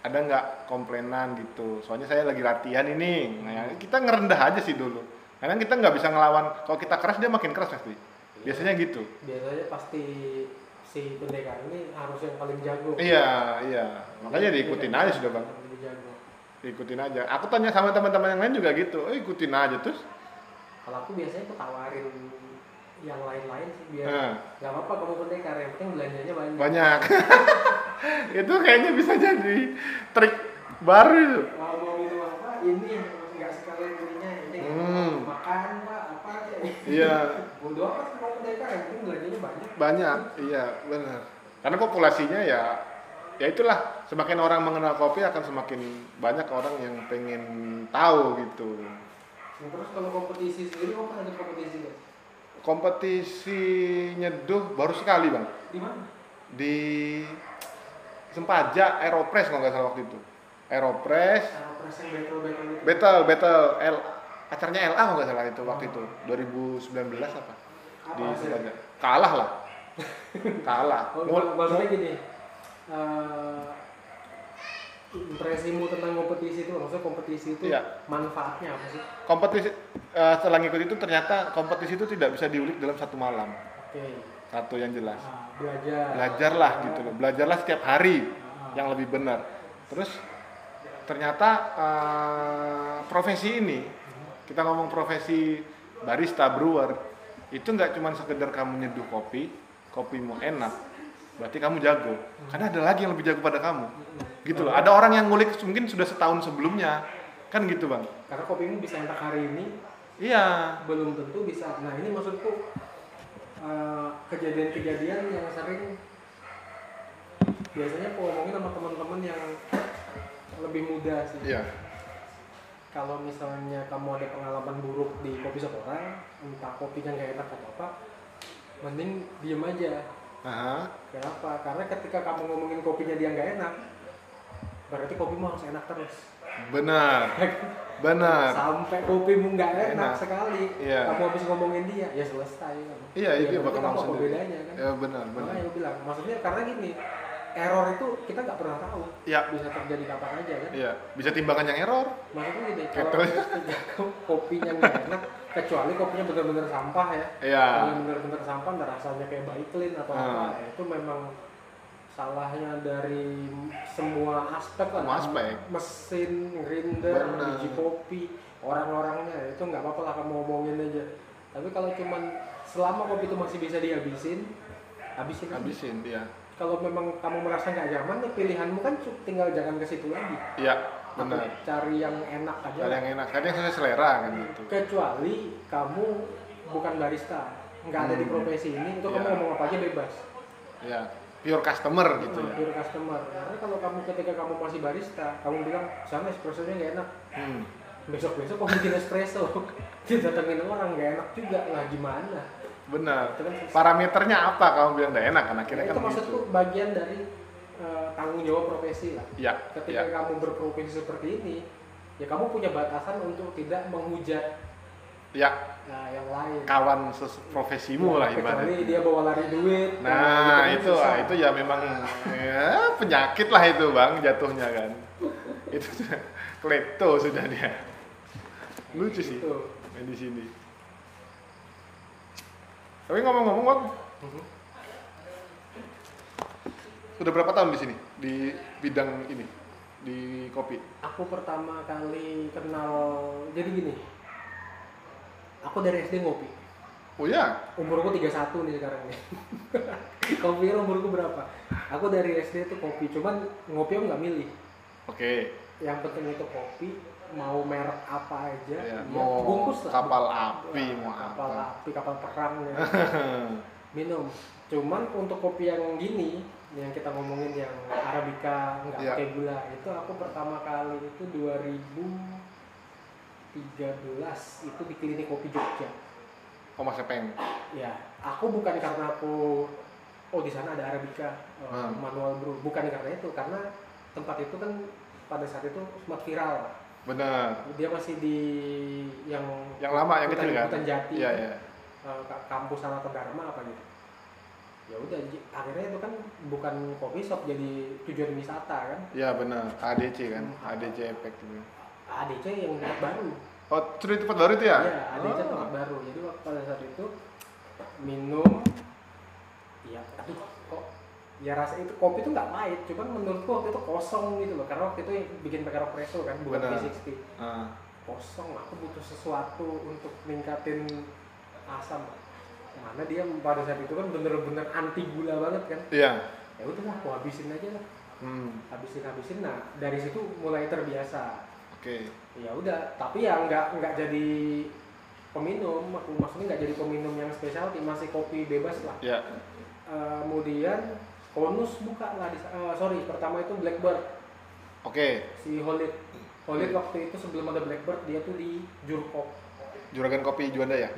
ada nggak komplainan gitu soalnya saya lagi latihan ya, ini nah, kita ngerendah aja sih dulu karena kita nggak bisa ngelawan kalau kita keras dia makin keras pasti Biasanya gitu. biasanya pasti si pendekar ini harus yang paling jago Iya, iya. Makanya diikutin aja sudah bang. Yang lebih jago Ikutin aja. Aku tanya sama teman-teman yang lain juga gitu. Eh, ikutin aja terus. kalau aku biasanya aku tawarin yang lain-lain sih biar Nah, nggak apa-apa kamu pendekar yang penting belanjanya banyak banyak. itu kayaknya bisa jadi trik baru itu. mau mau minum apa ini yang nggak sekalian belinya ini Hmm. makan pak apa kayak Iya, bodoh amat sih kamu pendekar yang penting belanjanya banyak banyak. Iya, benar. Karena populasinya ya ya itulah semakin orang mengenal kopi akan semakin banyak orang yang pengen tahu gitu. Nah, terus kalau kompetisi sendiri kamu pernah ikut kompetisi nggak Kompetisi nyeduh baru sekali, Bang. di mana Di Sempaja Aeropress kalau nggak salah waktu itu. Aeropress sama press yang battle battle itu Battle, battle L acaranya LA kalau nggak salah itu waktu itu 2019 apa apa di hasilnya? Sempaja kalah lah kalah Oh, Mul- maksudnya gini eh, impresimu tentang kompetisi itu maksudnya kompetisi itu Iya. manfaatnya apa sih kompetisi eh, setelah ngikut itu ternyata kompetisi itu tidak bisa diulik dalam satu malam oke satu yang jelas ah, belajar belajarlah gitu loh belajarlah setiap hari Ah. yang lebih benar terus ternyata eh, profesi ini kita ngomong profesi barista brewer itu nggak cuma sekedar kamu nyeduh kopi kopimu enak berarti kamu jago karena ada lagi yang lebih jago pada kamu gitu loh ada orang yang ngulik mungkin sudah setahun sebelumnya kan gitu bang karena kopimu bisa enak hari ini iya belum tentu bisa nah ini maksudku eh, kejadian-kejadian yang sering biasanya aku ngomongin sama teman-teman yang lebih muda sih iya kalau misalnya kamu ada pengalaman buruk di kopi shop orang entah kopinya nggak enak atau apa mending diem aja Aha. kenapa karena ketika kamu ngomongin kopinya dia nggak enak berarti kopimu harus enak terus benar benar sampai kopimu nggak enak, Enak. sekali Iya. kamu habis ngomongin dia ya selesai Iya, Ya, itu berarti bakal kamu apa langsung dia. bedanya kan ya benar benar makanya aku bilang maksudnya karena gini error itu kita nggak pernah tahu ya bisa terjadi kapan aja kan Iya, bisa timbangan yang error. maksudnya gini Betul. kalau kopinya nggak enak kecuali kopinya benar-benar sampah ya kalau Iya. benar-benar sampah nggak rasanya kayak baiklin atau Hmm. apa ya, itu memang salahnya dari semua aspek lah. Semua aspek. mesin grinder Benar. biji kopi orang-orangnya itu nggak apa-apa lah kamu ngomongin aja tapi kalau cuman selama kopi itu masih bisa dihabisin habisin aja. Habisin dia. kalau memang kamu merasa nggak nyaman ya pilihanmu kan cu- tinggal jangan ke situ lagi Iya, Tapi benar. cari yang enak aja Ada yang enak, ada yang sesuai selera kan gitu. kecuali kamu bukan barista nggak ada di Hmm. profesi ini itu kamu Iya. ngomong apa aja bebas Iya, pure customer gitu ya. hampir customer karena kalau kamu ketika kamu masih barista kamu bilang sana espressonya nggak enak Hmm. besok besok kamu bikin espresso didatengin orang nggak enak juga lah gimana Benar. itu kan susah. Parameternya apa kamu bilang nggak enak kan akhirnya itu kan maksudku gitu. bagian dari eh, tanggung jawab profesi lah Iya, ketika iya. kamu berprofesi seperti ini ya kamu punya batasan untuk tidak menghujat Iya, nah, yang lain kawan ses- profesimu lah Iya, kecuali ibaratnya. dia bawa lari duit Nah, kan itu susah. ah, itu ya memang ya, penyakit lah itu, Bang, jatuhnya kan. Itu sudah klepto sudah dia. Lucu sih. Gitu. main di sini. Tapi ngomong-ngomong, Bang, Mhm. sudah berapa tahun di sini di bidang ini di kopi? aku pertama kali kenal jadi gini aku dari SD ngopi Oh ya, umurku 31 nih sekarang nih kopi umurku berapa aku dari SD tuh kopi cuman ngopi aku nggak milih oke. yang penting itu kopi mau merek apa aja ya, Ya, mau bungkus lah kapal api, mau kapal apa. api kapal perang ya. minum cuman untuk kopi yang gini yang kita ngomongin yang arabica nggak Iya. pakai gula itu aku pertama kali itu 2013 itu di klinik kopi Jogja Oh Mas Epeng. ya aku bukan karena aku oh di sana ada arabica eh, Hmm. manual brew bukan karena itu karena tempat itu kan pada saat itu sempat viral Bener. dia masih di yang Yang lama yang hutan, kecil kan? hutan jati Iya ya. eh, ka- kampus atau Dharma apa gitu ya udah j- akhirnya itu kan bukan kopi shop jadi tujuan wisata kan Iya bener. ADC kan, Hmm. ADC Epek gitu. ADC yang tempat baru Oh, sudah di tempat baru itu ya? ya ADC Oh. tempat baru jadi waktu pada saat itu minum ya tapi kok, kok ya rasa itu kopi itu nggak pahit cuman menurutku waktu itu kosong gitu loh karena waktu itu yang bikin pakai Rockpresso kan bukan Benar. 360 Ah, kosong aku butuh sesuatu untuk ningkatin asam mana dia pada saat itu kan bener-bener anti gula banget kan iya. ya udahlah aku habisin aja lah Hmm, habisin habisin nah dari situ mulai terbiasa Oke. ya udah tapi ya nggak nggak jadi peminum aku maksudnya nggak jadi peminum yang specialty masih kopi bebas lah Ya. Eh, kemudian konus buka lah di, eh, sorry pertama itu blackbird Oke. si holit holit waktu itu sebelum ada blackbird dia tuh di jurkop Juragan kopi Juanda ya.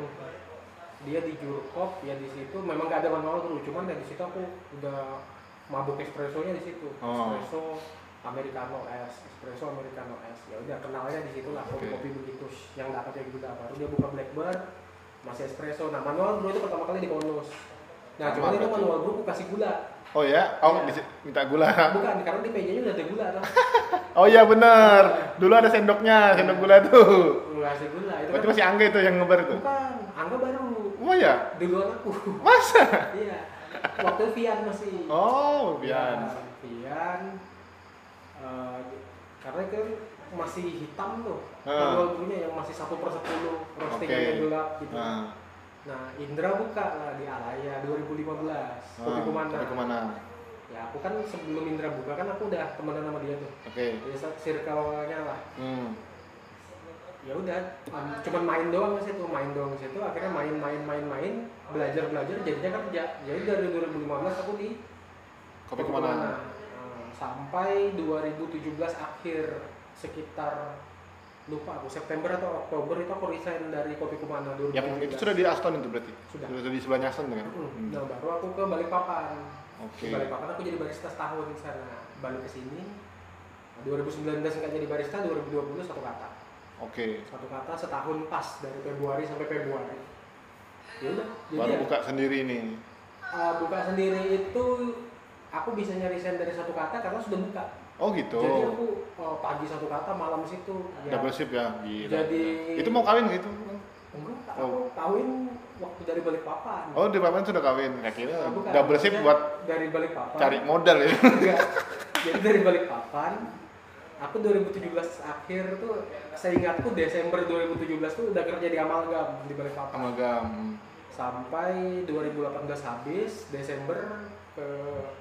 dia di jurkop ya di situ memang nggak ada manual dulu cuman dari situ aku udah mabuk espressonya di situ Oh. espresso americano es espresso americano es ya udah kenalnya di situ lah kopi kopi begitu yang nggak pakai gula baru dia buka blackbird masih espresso nah manual brew itu pertama kali di konus nah Sama cuman itu berarti. manual brew aku kasih gula Oh ya. Oh Iya. disi- minta gula. bukan karena di mejanya udah ada gula lah Oh iya bener. Dulu ada sendoknya, sendok gula tuh. nggak kasih gula itu Berarti kan masih Angga Oh, itu yang ngebar itu. bukan angga baru Oh ya. duluan aku Masa? iya waktu Vian masih Oh, Pian, Bian. Pian, eh, karena kan masih hitam tuh, Ah. manual punya yang masih satu per sepuluh roastingnya Oke. gelap gitu. Nah, Nah Indra buka lah di Alaya 2015, kopi nah, Kumanda. kopi Kumanda. Ya aku kan sebelum Indra buka kan aku udah temenan sama dia tuh, Oke. ya circle-nya lah. Hmm. Ya udah, em, cuman main doang ke situ, main doang ke situ. Akhirnya main main main main, belajar belajar, jadinya kerja. Jadi dari 2015 aku di Kopi Kumanda. Hmm, Sampai 2017 akhir sekitar lupa aku September atau Oktober itu aku resign dari Kopi Kumana dulu. Yang itu sudah di Aston itu berarti. Sudah. Sudah di sebelahnya Aston kan? Hmm. Nah baru aku ke Balikpapan. Di Oke. Balikpapan aku jadi barista setahun di sana. Balik ke sini 2019 nggak jadi barista, 2020 satu kata. Oke. Satu kata setahun pas dari Februari sampai Februari. Ya udah, jadi Baru ya, buka sendiri ini. eh, buka sendiri itu aku bisa nyari resign dari satu kata karena sudah buka. Oh gitu. Jadi aku eh, pagi satu kata malam situ. Ya, Double shift ya. Gila. Jadi- itu mau kawin gitu. enggak, aku kawin waktu dari Balikpapan. Oh, di Paman sudah kawin. Nggak kira Nah, bukan. double shift Maksudnya buat dari Balikpapan. cari modal ya. Enggak. Jadi dari Balikpapan aku 2017 akhir tuh seingatku Desember 2017 tuh udah kerja di Amalgam di Balikpapan. Amalgam. Sampai 2018 habis Desember ke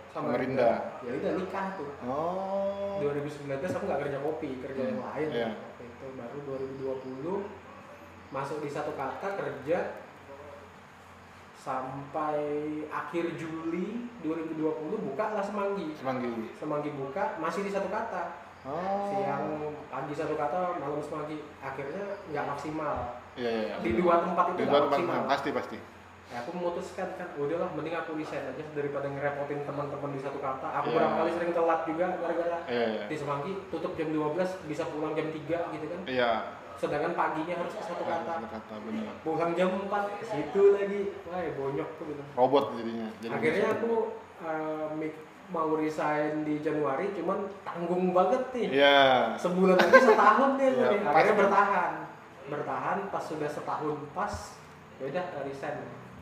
Samarinda. Ya udah nikah tuh. Oh. 2019 aku nggak kerja kopi, kerja yang Hmm, lain. iya. Waktu Itu baru 2020 masuk di satu kata kerja sampai akhir Juli 2020 buka lah semanggi. Semanggi. Semanggi buka masih di satu kata. Oh. Siang pagi satu kata, malam semanggi. Akhirnya nggak maksimal. Iya, iya, iya. Di dua tempat itu Di nggak dua tempat maksimal. pasti pasti. Ya, aku memutuskan kan, udahlah mending aku resign aja daripada ngerepotin teman-teman di satu kata. Aku Iya. berapa kali sering telat juga gara-gara Iya, iya. di Semanggi tutup jam 12 bisa pulang jam 3 gitu kan Iya. sedangkan paginya harus ke satu Kata kata kata benar. pulang jam 4 ke situ lagi wah bonyok tuh gitu Robot jadinya. Jadi akhirnya aku eh, mik- mau resign di Januari cuman tanggung banget nih Iya. sebulan lagi setahun nih Iya, nih. pas. akhirnya bertahan bertahan pas sudah setahun pas ya udah resign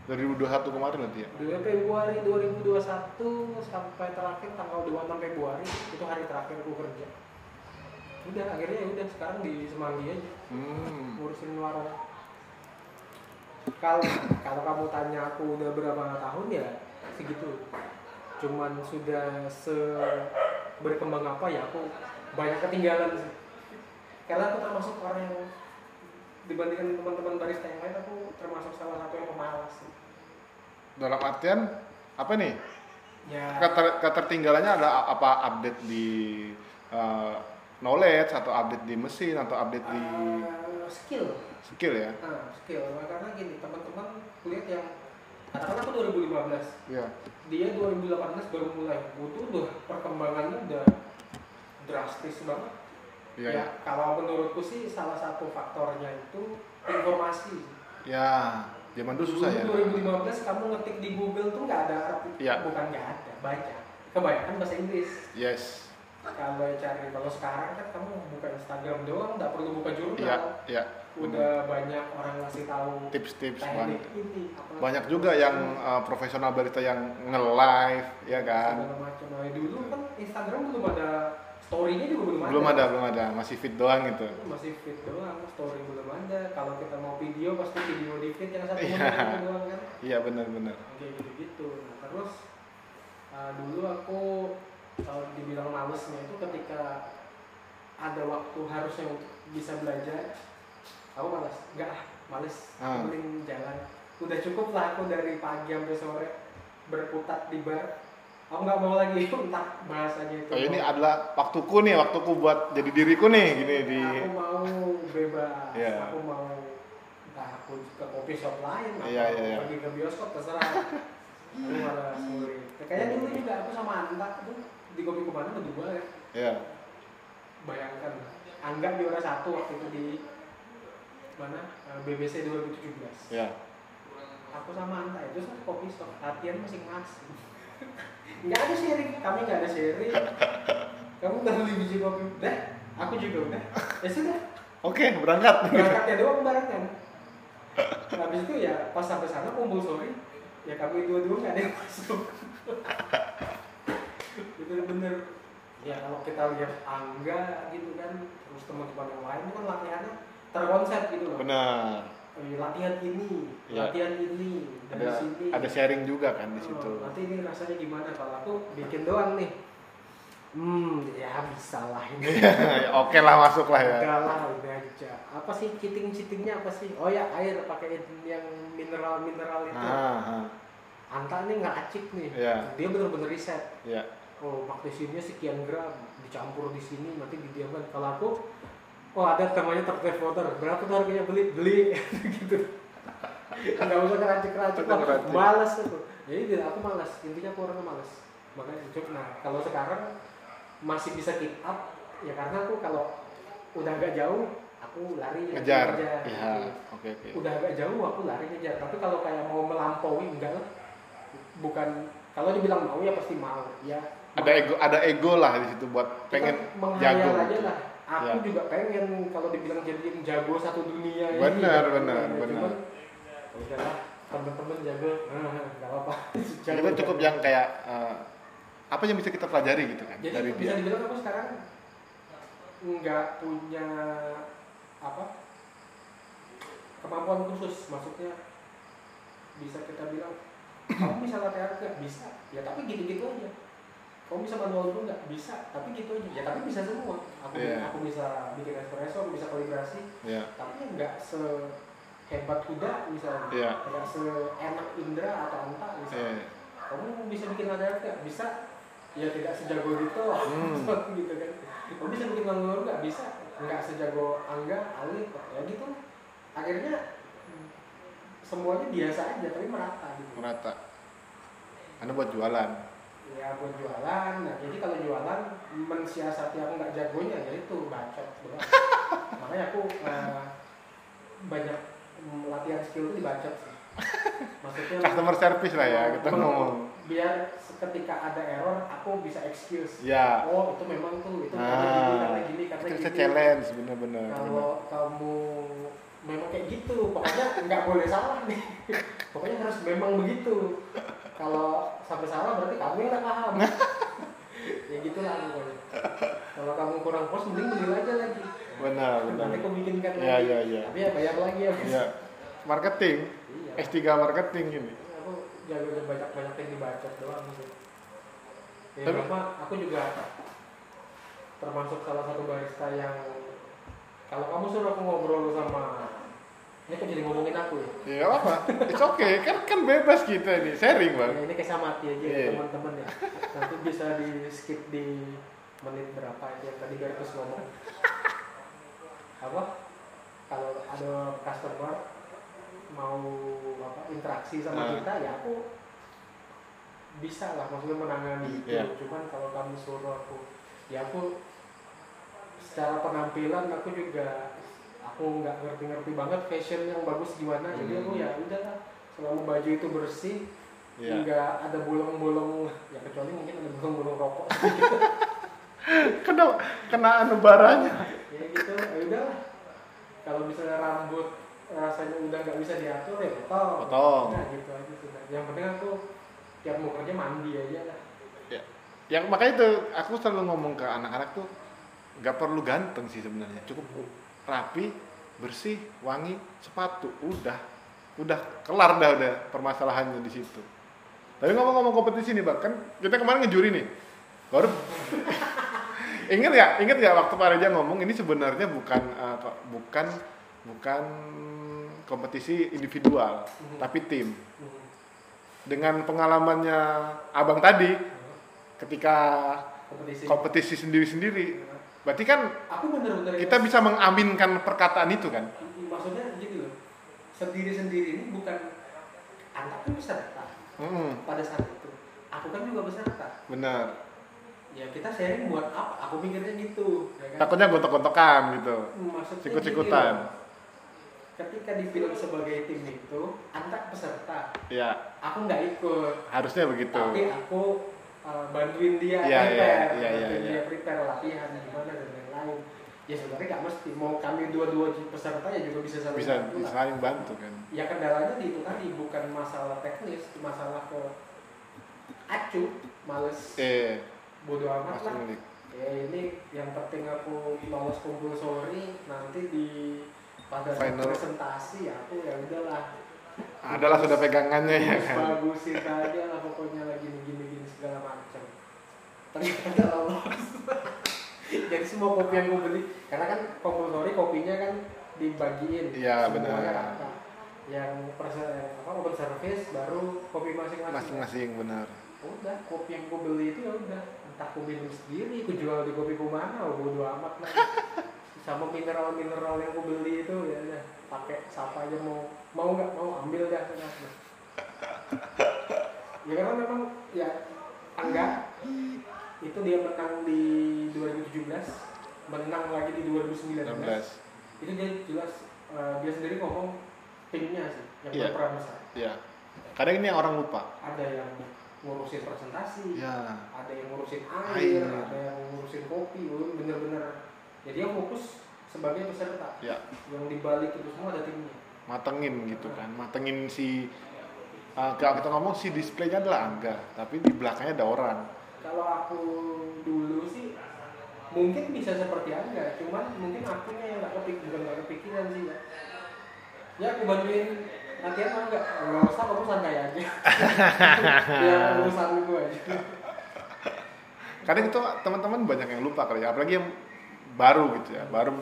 2021 kemarin nanti ya. Dulu Februari 2021 sampai terakhir tanggal 26 Februari itu hari terakhir aku kerja udah akhirnya ya udah sekarang di Semanggi aja Hmm. ngurusin warung kalau kalau kamu tanya aku udah berapa tahun ya segitu cuman sudah se berkembang apa ya aku banyak ketinggalan sih karena aku termasuk orang yang dibandingkan teman-teman barista yang lain aku termasuk salah satu yang pemalas sih. Dalam artian apa nih? ya Keter, ketertinggalannya ada a- apa update di eh, knowledge atau update di mesin atau update di eh, skill skill ya? nah, skill karena gini teman-teman lihat yang katakan aku 2015 Iya. dia 2018 baru mulai butuh udah perkembangannya udah drastis banget Iya. ya kalau menurutku sih salah satu faktornya itu informasi Ya, zaman dulu susah ya. Dulu 2015 kamu ngetik di Google tuh nggak ada arti Iya. bukan nggak ada banyak kebanyakan bahasa Inggris Yes. kalau cari kalau sekarang kan kamu buka Instagram doang nggak perlu buka jurnal Iya, iya. udah banyak orang ngasih tahu Tips-tips teknik banyak. ini apa Banyak juga yang eh, profesional barista yang nge-live, ya kan? segala macam Nah, dulu kan Instagram belum ada story-nya juga belum ada Belum ada, belum ada. Masih fit doang gitu. masih feed doang story belum ada kalau kita mau video pasti video di feed yang satu Iya. menit itu doang kan Iya, benar-benar. kayak gitu gitu nah terus uh, dulu aku kalau dibilang malesnya itu ketika ada waktu harusnya untuk bisa belajar aku malas enggak ah males Ah. mending jalan udah cukup lah aku dari pagi sampai sore berputar di bar aku nggak mau lagi entah bahasanya itu Oh, ini adalah waktuku nih, waktuku buat jadi diriku nih, gini di. aku mau bebas Iya. aku mau entah aku ke kopi shop lain atau Iya, iya, iya. pergi ke bioskop terserah aku malah sendiri kayaknya dulu juga aku sama Anta tuh di kopi kemana berdua ya Ya, bayangkan anggap juara satu waktu itu di mana eh, BBC 2017 ya. aku sama Anta itu satu kopi shop latihan masing-masing nggak ada sharing kami nggak ada sharing kamu udah beli biji kopi udah aku juga udah ya sudah Oke, berangkat. berangkatnya doang barengan habis itu ya pas sampai sana kumpul sore ya kami dua-dua nggak ada yang masuk itu bener ya kalau kita lihat angga gitu kan terus teman-teman yang lain itu kan latihannya terkonsep gitu loh Benar. Eh, latihan ini Iya. latihan ini dari Ada sini ada sharing juga kan di situ. Oh, nanti ini rasanya gimana kalau aku bikin doang nih hmm ya bisa lah ini Ya, Oke lah masuk lah ya. Udah lah, udah aja. Apa sih citing-citingnya apa sih? Oh ya air pakai yang mineral-mineral itu. Ah, ah. Anta nih ngeracik nih. Iya. Dia bener-bener riset. ya. Oh magnesiumnya sekian gram dicampur di sini nanti didiamkan. Kalau aku Oh ada namanya tertef water, berapa tuh harganya beli? Beli gitu. Enggak usah ngeracik-ngeracik, Nggak usah aku ngeracik. males aku. Jadi dia- aku males, intinya aku orangnya males. Makanya cocok. Nah kalau sekarang masih bisa keep up, ya karena aku kalau udah agak jauh, aku lari Ngejar. ngejar. Iya. Oke, oke. Udah agak jauh, aku lari ngejar. Tapi kalau kayak mau melampaui, enggak lah. Bukan, kalau dibilang mau ya pasti mau. Ya, Ada ego, ada ego lah di situ buat pengen kita menghayal jago. aja gitu. lah aku Ya. juga pengen kalau dibilang jadi yang jago satu dunia ini Benar, Ya, benar, cuman, benar. ya udahlah temen-temen jago Nah, nggak apa-apa Jago, Kita cukup jago. yang kayak eh, apa yang bisa kita pelajari gitu kan jadi dari bisa dia. dibilang aku sekarang nggak punya apa kemampuan khusus maksudnya bisa kita bilang kamu bisa latihan nggak bisa ya tapi gitu-gitu aja kamu bisa manual dulu nggak bisa tapi gitu aja ya tapi bisa semua aku Iya. aku bisa bikin espresso aku bisa kalibrasi Ya. tapi nggak sehebat kuda misalnya Iya. nggak seenak Indra atau Anta misalnya Eh, kamu bisa bikin lada nggak bisa ya tidak sejago gitu Hmm. gitu kan kamu bisa bikin langgur nggak bisa nggak sejago angga alif ya gitu akhirnya hmm, semuanya biasa aja tapi merata gitu merata. Anda buat jualan. ya buat jualan nah jadi kalau jualan mensiasati aku nggak jagonya ya itu bacot doang. makanya aku eh, banyak mm, latihan skill itu dibacot sih maksudnya Customer service lah ya kita Meng- ngomong. biar ketika ada error aku bisa excuse Ya. oh itu memang tuh itu karena gini Nah, karena gini karena itu bisa gini. challenge bener-bener. bener. kalau kamu memang kayak gitu pokoknya nggak boleh salah nih pokoknya harus memang begitu kalau sampai salah berarti kamu yang nggak paham ya gitulah pokoknya kalau kamu kurang puas mending beli aja lagi Benar, benar. nanti aku bikinkan Iya, lagi iya, iya. tapi ya bayar lagi ya Ya. Marketing, iya S3 marketing ini. aku jago banyak banyak yang dibaca doang gitu ya Tapi- Brahma, aku juga termasuk salah satu barista yang kalau kamu suruh aku ngobrol sama ini kok jadi ngomongin aku ya Ya nggak apa, it's okay, kan kan bebas kita ini sharing bang. Ya, ini kayak sama mati aja ya, Iya. teman-teman ya nanti bisa di skip di menit berapa itu yang tadi Bertus ngomong apa kalau ada customer mau apa interaksi sama Nah. kita ya aku bisa lah maksudnya menangani itu Iya. cuman kalau kamu suruh aku ya aku secara penampilan aku juga aku nggak ngerti-ngerti banget fashion yang bagus gimana jadi aku Hmm. ya udahlah selama baju itu bersih Iya. Ya, nggak ada bolong-bolong ya kecuali mungkin ada bolong-bolong rokok sedikit. kena kenaan baranya ya gitu ya udah lah. kalau misalnya rambut rasanya udah nggak bisa diatur ya potong Potong. nah gitu aja sudah yang penting aku tiap mau kerja mandi aja lah yang Ya, makanya itu aku selalu ngomong ke anak-anak tuh nggak perlu ganteng sih sebenarnya cukup rapi bersih wangi sepatu udah udah kelar dah udah permasalahannya di situ tapi ngomong-ngomong kompetisi nih bang kan kita kemarin ngejuri nih baru ingat ya ingat ya waktu Pak Reza ngomong ini sebenarnya bukan eh, ko- bukan bukan kompetisi individual Mhm. tapi tim Hmm. dengan pengalamannya abang tadi ketika kompetisi kompetisi sendiri-sendiri. Berarti kan aku bener-bener kita bisa mengaminkan perkataan itu kan? maksudnya gitu loh sendiri-sendiri ini bukan anakku peserta Mm, pada saat itu aku kan juga peserta bener. ya kita sharing buat apa aku mikirnya gitu ya kan? Takutnya gontok-gontokan gitu, maksudnya gini loh, sikut-sikutan. ketika dibilang sebagai tim itu antar peserta Ya, aku nggak ikut harusnya begitu. tapi aku uh, bantuin dia Gitu. Iya, iya, prepare iya, iya, bantuin iya. dia prepare latihan gimana dan lain-lain ya sebenarnya nggak mesti mau kami dua-dua peserta ya juga bisa saling Bisa bantu bisa lah. saling bantu kan. ya kendalanya di itu tadi bukan masalah teknis masalah ke acu males Eh, bodo amat Mas lah Ruli. ya ini yang penting aku lolos kumpul sore nanti di pada saat Final. presentasi ya aku ya udahlah Adalah sudah pegangannya ya kan. bagusin aja lah pokoknya lagi gini gini gini segala macam ternyata lolos jadi semua kopi yang gue beli karena kan kumpul sore kopinya kan dibagiin Iya, Semuanya benar. rata. yang persen apa open service baru kopi masing-masing Masing-masing benar. udah kopi yang gue beli itu ya udah entah gue minum sendiri gue jual di kopi mana bodo amat lah sama mineral mineral yang gue beli itu ya udah pakai siapa aja mau mau nggak mau ambil dah udah. ya karena memang ya enggak itu dia menang di 2017 menang lagi di 2019 16. itu dia jelas eh, dia sendiri ngomong timnya sih yang Iya. berperan besar Ya. Kadang ini yang orang lupa. ada yang ngurusin presentasi Ya. ada yang ngurusin air, Air. ada yang ngurusin kopi, lu bener-bener jadi yang fokus sebagai peserta Ya, yang dibalik itu semua ada timnya matengin gitu kan. Matengin si eh, kalau kita ngomong si displaynya adalah Angga, tapi di belakangnya ada orang. kalau aku dulu sih mungkin bisa seperti anda cuman mungkin akunya yang nggak kepik bukan nggak kepikiran sih ya ya aku bantuin latihan mau nggak nggak usah kamu santai aja ya urusan gue aja kadang itu teman-teman banyak yang lupa kali ya apalagi yang baru gitu ya baru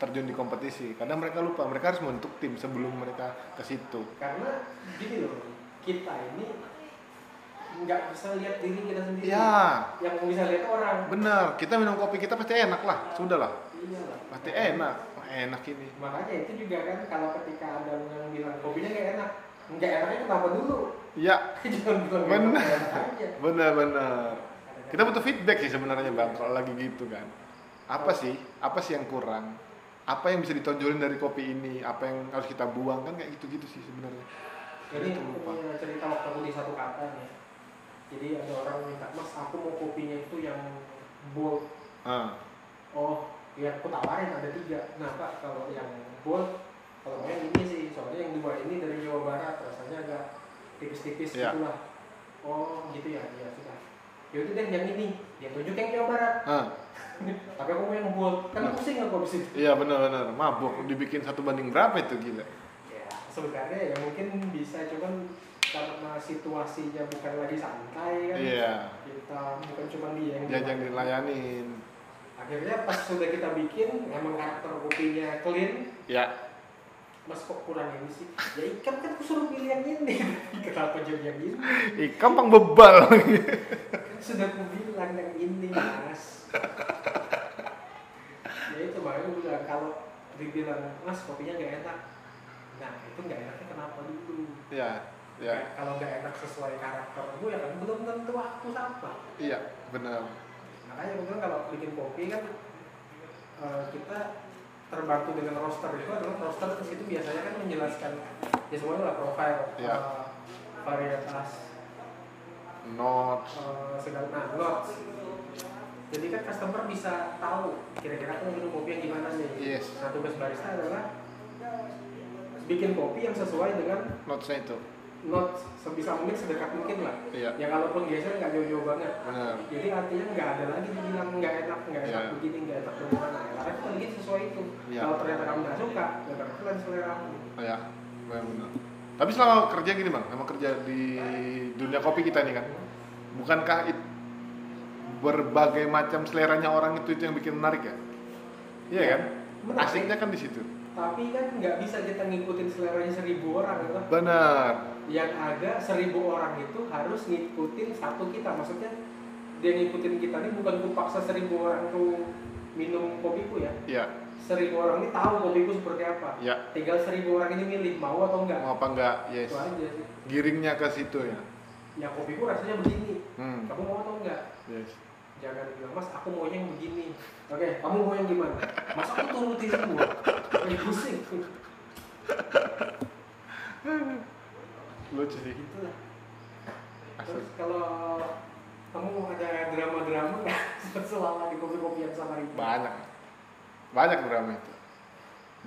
terjun di kompetisi kadang mereka lupa mereka harus membentuk tim sebelum mereka ke situ karena gini loh kita ini nggak bisa lihat diri kita sendiri ya yang bisa lihat orang benar kita minum kopi kita pasti enak lah sudah lah Iya lah. pasti enak Wah, enak ini Makanya itu juga kan kalau ketika ada yang bilang kopinya nggak enak, nggak enaknya kenapa dulu? ya Jangan bilang nggak Benar. enak aja. benar-benar kita butuh feedback sih sebenarnya bang kalau lagi gitu kan apa sih apa sih yang kurang apa yang bisa ditonjolin dari kopi ini apa yang harus kita buang kan kayak gitu-gitu sih sebenarnya Jadi Itu lupa. punya cerita waktu aku di satu kata nih. Jadi ada orang minta, Mas aku mau kopinya itu yang bold. ah Oh, ya aku tawarin ada tiga. Nah Pak, kalau yang bold, kalau yang ini sih, soalnya yang dua ini dari Jawa Barat, rasanya agak tipis-tipis Iya. gitulah. Oh gitu ya, iya sudah. Yaudah deh yang ini, dia tunjuk yang Jawa Barat. ah tapi aku mau yang buat kan pusing aku abis itu Iya benar-benar mabuk dibikin satu banding berapa itu gila. ya sebenarnya ya mungkin bisa cuman karena situasinya bukan lagi santai kan Iya. kita bukan cuma dia yang Jajang dimakan. dilayanin. akhirnya pas sudah kita bikin emang karakter kopinya clean Ya. mas kok kurang ini sih ya ikan kan aku suruh pilih yang ini kenapa jadi yang ini Ih, kampang bebal. kan sudah aku bilang yang ini mas ya itu baru aku bilang kalau dibilang mas kopinya nggak enak nah itu nggak enaknya kenapa dulu ya, ya. Ya, kalau nggak enak sesuai karakter gue ya kan belum tentu aku sama. Iya, benar. Makanya gue bilang kalau bikin kopi kan eh, kita terbantu dengan roster itu adalah roster di situ biasanya kan menjelaskan ya semuanya lah profile, Iya. eh, varietas, Not eh, segala nah, notes. Jadi kan customer bisa tahu kira-kira aku minum kopi yang gimana sih. Yes. Nah tugas barista adalah bikin kopi yang sesuai dengan notesnya itu notes sebisa mungkin sedekat mungkin lah. Iya. Ya kalaupun geser nggak jauh-jauh banget. benar Jadi artinya nggak ada lagi dibilang nggak enak, nggak enak Iya. begini, nggak enak bagaimana. Ya, Karena kita bikin sesuai itu. Iya. Kalau ternyata kamu nggak suka, ya karena itu lain selera kamu. ya benar tapi selama kerja gini bang selama kerja di dunia kopi kita nih kan bukankah it, berbagai macam seleranya orang itu itu yang bikin menarik ya iya kan Menarik. asiknya kan di situ Tapi kan nggak bisa kita ngikutin seleranya seribu orang gitu. benar yang ada seribu orang itu harus ngikutin satu kita maksudnya dia ngikutin kita ini bukan ku paksa seribu orang tuh minum kopiku ya ya seribu orang ini tahu kopiku seperti apa ya tinggal seribu orang ini milih mau atau enggak mau apa enggak yes itu aja sih giringnya ke situ ya ya kopiku rasanya begini hmm. kamu mau atau enggak yes jangan bilang mas aku maunya yang begini oke kamu mau yang gimana mas aku turutin semua Eh, pusing lucu sih gitu lah Asik. Terus kalau kamu ada drama-drama nggak selama di kopi-kopian sama Rima? banyak banyak drama itu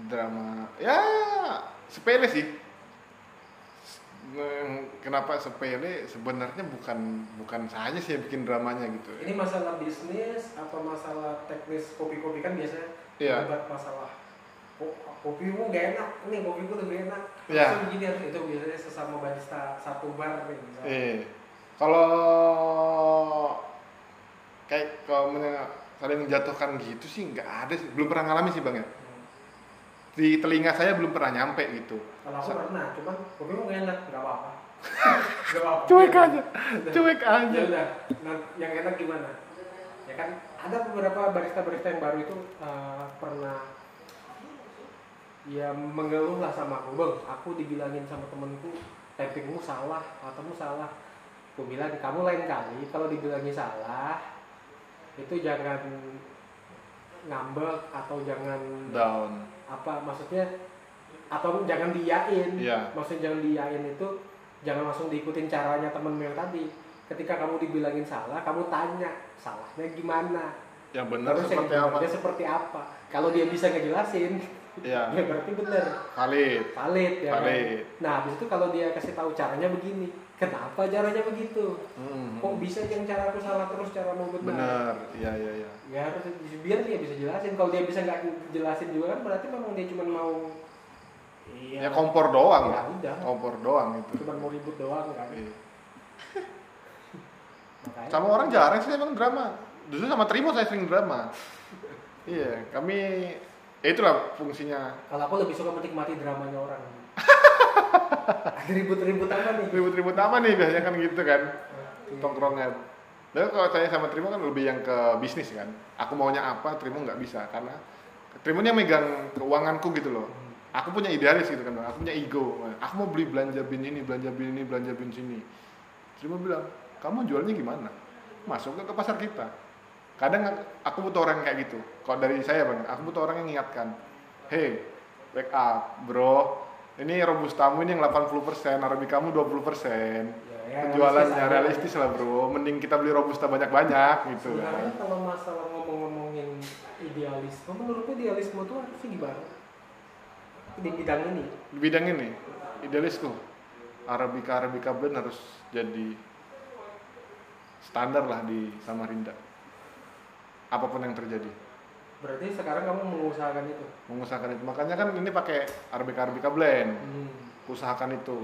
drama ya sepele sih Hmm, kenapa sepele sebenarnya bukan bukan saya sih yang bikin dramanya gitu Ini masalah bisnis atau masalah teknis kopi-kopi kan biasanya Iya. debat masalah "Ko- kopimu gak enak, ini kopiku tuh gak enak. Iya. Terus begini harus itu biasanya sesama barista satu bar nih. misalnya. eh kalau kayak kalau men- saling menjatuhkan gitu sih nggak ada sih belum pernah ngalamin sih bang ya Hmm. di telinga saya belum pernah nyampe gitu Kalau aku pernah, cuman kopimu gak enak, gak apa-apa. gak apa-apa. cuek aja Udah. cuek ya aja udah nah, yang enak gimana ya kan ada beberapa barista-barista yang baru itu eh, pernah ya mengeluh lah sama aku bang aku dibilangin sama temenku typingmu salah atamu salah aku bilang kamu lain kali kalau dibilangin salah itu jangan ngambek atau jangan down apa maksudnya atau jangan diyain Iya. maksudnya jangan diyain itu jangan langsung diikutin caranya temenmu yang tadi ketika kamu dibilangin salah kamu tanya salahnya gimana yang benar Terus yang seperti apa dibilangnya seperti apa kalau dia bisa ngejelasin ya ya berarti bener valid valid ya kan? Valid. nah habis itu kalau dia kasih tahu caranya begini kenapa caranya begitu Mm, kok bisa yang cara aku salah terus cara mau benar benar iya iya iya ya harus biar dia bisa jelasin kalau dia bisa nggak jelasin juga kan berarti memang dia cuma mau ya kompor doang ya lah udah kompor doang itu cuma mau ribut doang kan Iya. makanya sama orang jarang sih emang drama justru sama Trimo saya sering drama iya kami ya itulah fungsinya kalau aku lebih suka menikmati dramanya orang ada ribut-ribut apa nih ribut-ribut apa nih biasanya kan gitu kan Iya. tongkrongan dan kalau saya sama Trimo kan lebih yang ke bisnis kan aku maunya apa Trimo nggak bisa karena Trimo ini yang megang keuanganku gitu loh aku punya idealis gitu kan Bang. aku punya ego aku mau beli belanja bin ini belanja bin ini belanja bin sini Terima bilang kamu jualnya gimana masuk ke, ke pasar kita kadang ak- aku butuh orang kayak gitu kalau dari saya bang aku butuh orang yang ngingatkan hey wake up bro ini robustamu ini yang 80% arabicamu 20% Ya, ya, penjualannya ada. realistis lah bro mending kita beli robusta banyak-banyak gitu sebenarnya kan kalau masalah ngomong-ngomongin idealisme menurutku idealisme tuh harusnya gimana di bidang ini di bidang ini idealisku Arabica Arabica blend harus jadi standar lah di Samarinda apapun yang terjadi berarti sekarang kamu mengusahakan itu mengusahakan itu makanya kan ini pakai Arabica Arabica blend usahakan itu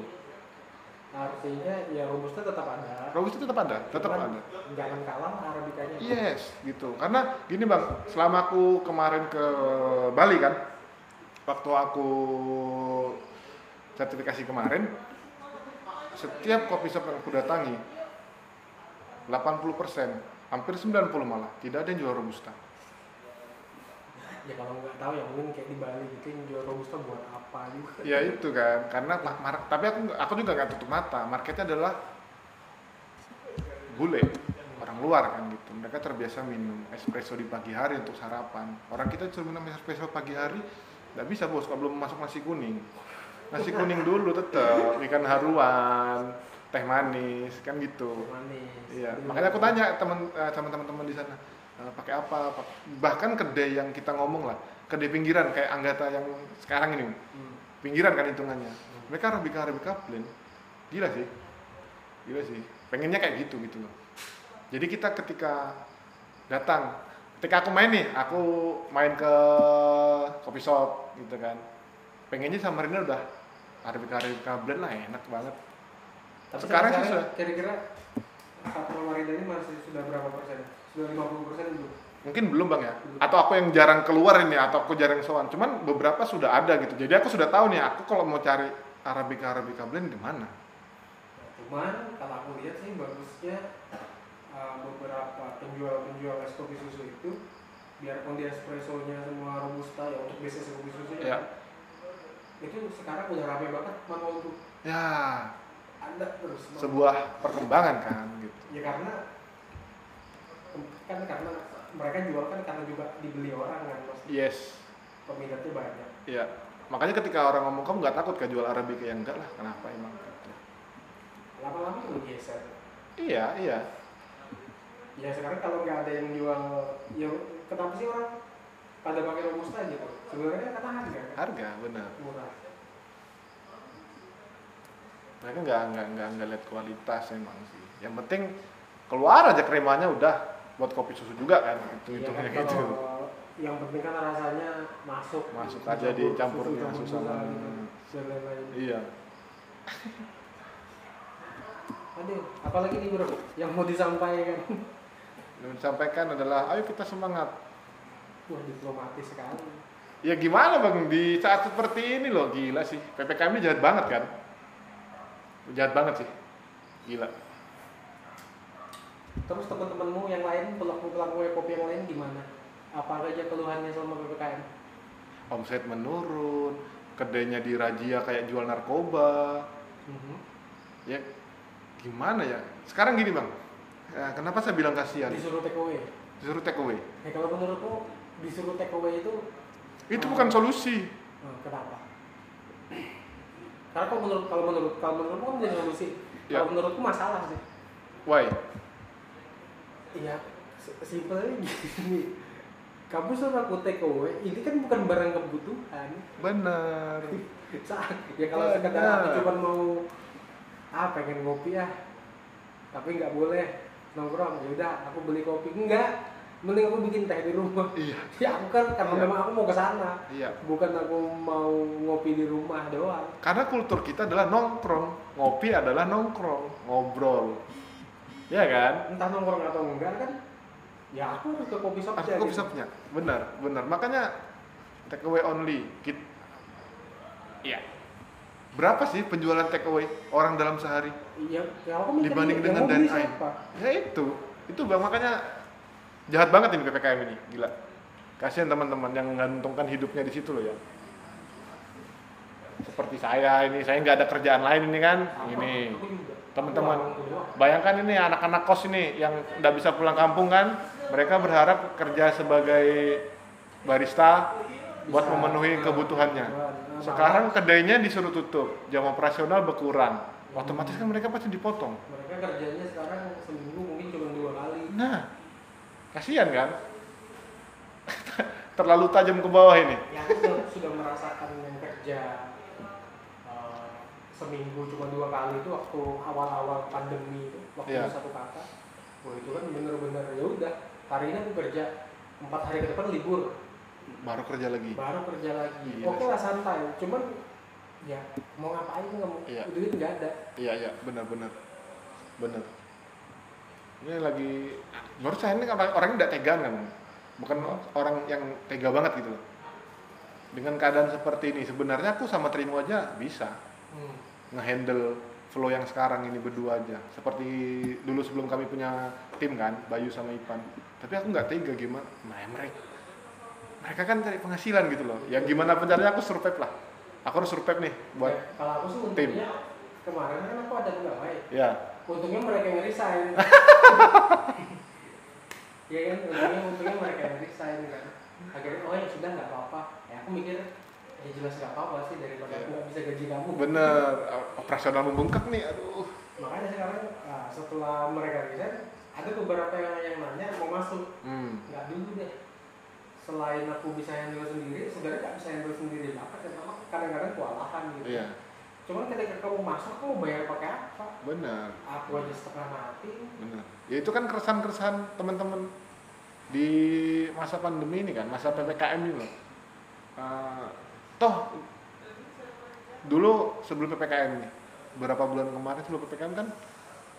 artinya ya robusta tetap ada robusta tetap ada tetap Cuman ada jangan kalah arabikanya Yes, gitu. Karena gini bang, selama aku kemarin ke Bali kan, waktu aku sertifikasi kemarin, setiap kopi shop yang aku datangi, 80 hampir 90 malah, tidak ada yang jual robusta. ya kalau nggak tahu ya mungkin kayak di Bali gitu yang jual robusta buat apa gitu. juga Ya itu kan, karena ma- mar- tapi aku aku juga nggak tutup mata, marketnya adalah bule, orang luar kan gitu. Mereka terbiasa minum espresso di pagi hari untuk sarapan. Orang kita cuma minum espresso pagi hari, nggak bisa bos kalau belum masuk nasi kuning. Nasi kuning dulu tetap, ikan haruan, teh manis kan gitu. manis Iya, Jadi, makanya aku tanya teman eh, sama teman-teman di sana, eh, pakai apa, pak- bahkan kedai yang kita ngomong lah kedai pinggiran kayak Anggata yang sekarang ini Hmm. pinggiran kan hitungannya mereka Arabica Arabica blend gila sih gila sih pengennya kayak gitu gitu loh jadi kita ketika datang ketika aku main nih aku main ke kopi shop gitu kan pengennya Samarinda udah Arabica Arabica blend lah enak banget Tapi Sekarang sih sudah. kira-kira Satpol Marida ini masih sudah berapa persen? Sudah 50 persen belum? mungkin belum bang ya atau aku yang jarang keluar ini atau aku jarang sowan cuman beberapa sudah ada gitu jadi aku sudah tahu nih aku kalau mau cari Arabica Arabica blend di mana Nah, Cuman kalau aku lihat sih bagusnya uh, beberapa penjual-penjual es kopi susu itu biarpun dia espressonya semua robusta ya untuk bisnis kopi susu Ya. itu sekarang udah rame banget mau untuk ya anda terus sebuah perkembangan kan gitu ya karena kan karena mereka jual kan karena juga dibeli orang kan mas yes peminatnya banyak ya makanya ketika orang ngomong kamu nggak takut kan jual arabica ya enggak lah kenapa emang gitu. lama-lama itu geser iya iya ya sekarang kalau nggak ada yang jual ya kenapa sih orang pada pakai robusta aja Bang? sebenarnya kata harga kan? harga benar murah mereka nggak nggak nggak nggak lihat kualitas emang sih yang penting keluar aja kremanya udah buat kopi susu juga kan Ya gitu gitu kan, kayak gitu kalau yang penting kan rasanya masuk Masuk aja dicampurin susu, gitu. langsung sama- susu, dan lain-lain. iya aduh apalagi nih bro yang mau disampaikan yang disampaikan adalah ayo kita semangat wah diplomatis sekali ya gimana bang di saat seperti ini loh gila sih ppkm ini jahat banget kan jahat banget sih gila terus teman-temanmu yang lain pelaku-pelaku kopi yang lain gimana apa aja keluhannya selama ppkm omset menurun, kedainya dirajia kayak jual narkoba. Ya gimana ya? Sekarang gini bang, ya, kenapa saya bilang kasihan? disuruh take away Disuruh take away. Ya, kalau menurutmu disuruh take away itu Itu Hmm. bukan solusi. Nah, kenapa? Karena kalau menurut kalau menurut kalau menurutmu kan bukan solusi. Ya. Kalau menurutku masalah sih. Why? Iya. si- Simpelnya gini. Kamu suruh aku take away, ini kan bukan barang kebutuhan. Benar. Sa- ya kalau sekedar Iya, Benar. aku cuma mau ah pengen ngopi ya. Tapi nggak boleh nongkrong. Ya udah, aku beli kopi. Enggak. Mending aku bikin teh di rumah. Iya. Ya aku kan karena Iya. memang aku mau ke sana. Iya. Bukan aku mau ngopi di rumah doang. Karena kultur kita adalah nongkrong, ngopi adalah nongkrong, ngobrol. Ya kan? entah nongkrong atau enggak kan ya aku harus ke kopi shop Aku aja kok gitu. bisa punya. Benar, benar. Makanya take away only. Kit- Iya. Berapa sih penjualan take away orang dalam sehari? iya ya aku mikir Dibanding yang dengan mau beli dine-in. siapa? ya itu itu bang makanya jahat banget ini ppkm ini gila kasihan teman-teman yang menggantungkan hidupnya di situ loh ya seperti saya ini saya nggak ada kerjaan lain ini kan Aku- ini aku juga. teman-teman. Aku doang. bayangkan ini anak-anak kos ini yang nggak bisa pulang kampung kan mereka berharap kerja sebagai barista buat Bisa. memenuhi kebutuhannya Nah, sekarang kedainya disuruh tutup jam operasional berkurang otomatis kan mereka pasti dipotong mereka kerjanya sekarang seminggu mungkin cuma dua kali Nah, kasihan kan? Terlalu tajam ke bawah ini. ya aku sudah, sudah merasakan yang kerja eh, seminggu cuma dua kali itu waktu awal-awal pandemi itu waktu Iya. satu kata wah itu kan bener-bener ya udah hari ini aku kerja empat hari ke depan libur Baru kerja lagi. baru kerja lagi Iya oke sih. lah santai cuman ya mau ngapain nggak mau Iya. duit nggak ada Iya, iya, benar-benar. Benar. Ini lagi menurut saya ini orang orangnya tidak tegaan kan. Bukan orang yang tega banget gitu loh. Dengan keadaan seperti ini sebenarnya aku sama Trimo aja bisa Hmm. ngehandle flow yang sekarang ini berdua aja. Seperti dulu sebelum kami punya tim kan, Bayu sama Ipan. Tapi aku nggak tega gimana. Nah, mereka mereka kan cari penghasilan gitu loh. Ya gimana pun caranya aku survive lah. Aku harus survive nih buat Ya, kalau aku sih untungnya kemarin kan aku ada pegawai ya. untungnya mereka yang resign ya kan untungnya untungnya mereka yang resign kan akhirnya oh ya sudah nggak apa-apa ya aku mikir ya jelas nggak apa-apa sih daripada Iya. aku nggak bisa gaji kamu Bener, operasional membengkak nih. Aduh. makanya sekarang ah, setelah mereka resign ada beberapa yang yang nanya mau masuk Hmm. nggak dulu deh selain aku bisa handle sendiri sebenarnya nggak bisa handle sendiri banget ya, karena aku kadang-kadang kewalahan gitu Iya, cuman ketika kamu masuk kamu bayar pakai apa benar. aku aja setengah mati Benar. Ya itu kan keresahan-keresahan teman-teman di masa pandemi ini kan, masa PPKM ini loh. Eh, toh dulu sebelum PPKM nih, berapa bulan kemarin sebelum PPKM kan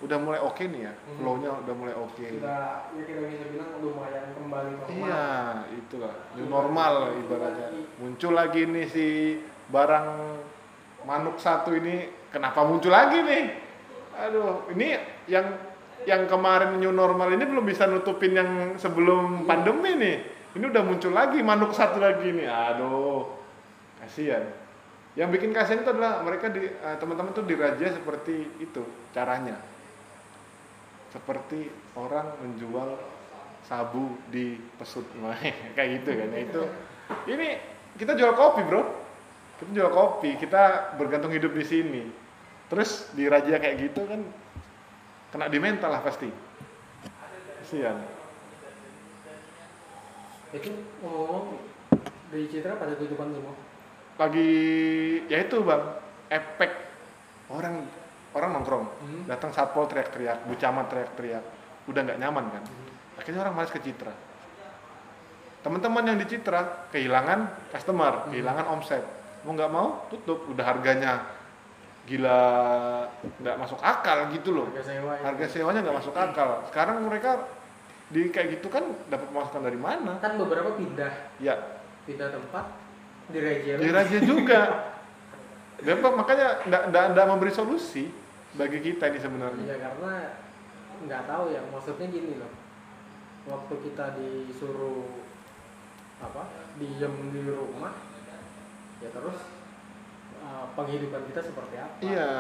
udah mulai oke nih ya, Hmm. flow-nya udah mulai oke. sudah ya kita bisa bilang lumayan kembali normal Iya, itulah. New normal ibaratnya. Muncul lagi nih si barang manuk satu ini kenapa muncul lagi nih? Aduh, ini yang yang kemarin new normal ini belum bisa nutupin yang sebelum pandemi nih. Ini udah muncul lagi manuk satu lagi nih. Aduh. Kasihan. Yang bikin kasihan itu adalah mereka di eh, teman-teman tuh diraja seperti itu caranya. Seperti orang menjual sabu di pesut kayak gitu kan ya itu ini kita jual kopi bro kita jual kopi kita bergantung hidup di sini terus di raja kayak gitu kan kena di mental lah pasti kasihan itu ngomong dari Citra pada kehidupan semua lagi ya itu bang efek orang orang nongkrong Hmm. datang satpol teriak-teriak bu camat teriak-teriak udah nggak nyaman kan akhirnya orang malas ke Citra teman-teman yang di Citra kehilangan customer Hmm. kehilangan omset mau nggak mau tutup udah harganya gila nggak masuk akal gitu loh harga sewa itu. harga sewanya nggak masuk akal sekarang mereka di kayak gitu kan dapat pemasukan dari mana kan beberapa pindah ya pindah tempat di Reja di raja juga dan Pak, makanya ndak ndak ndak memberi solusi bagi kita ini sebenarnya ya karena nggak tahu ya maksudnya gini loh waktu kita disuruh apa diem di rumah ya terus eh, penghidupan kita seperti apa iya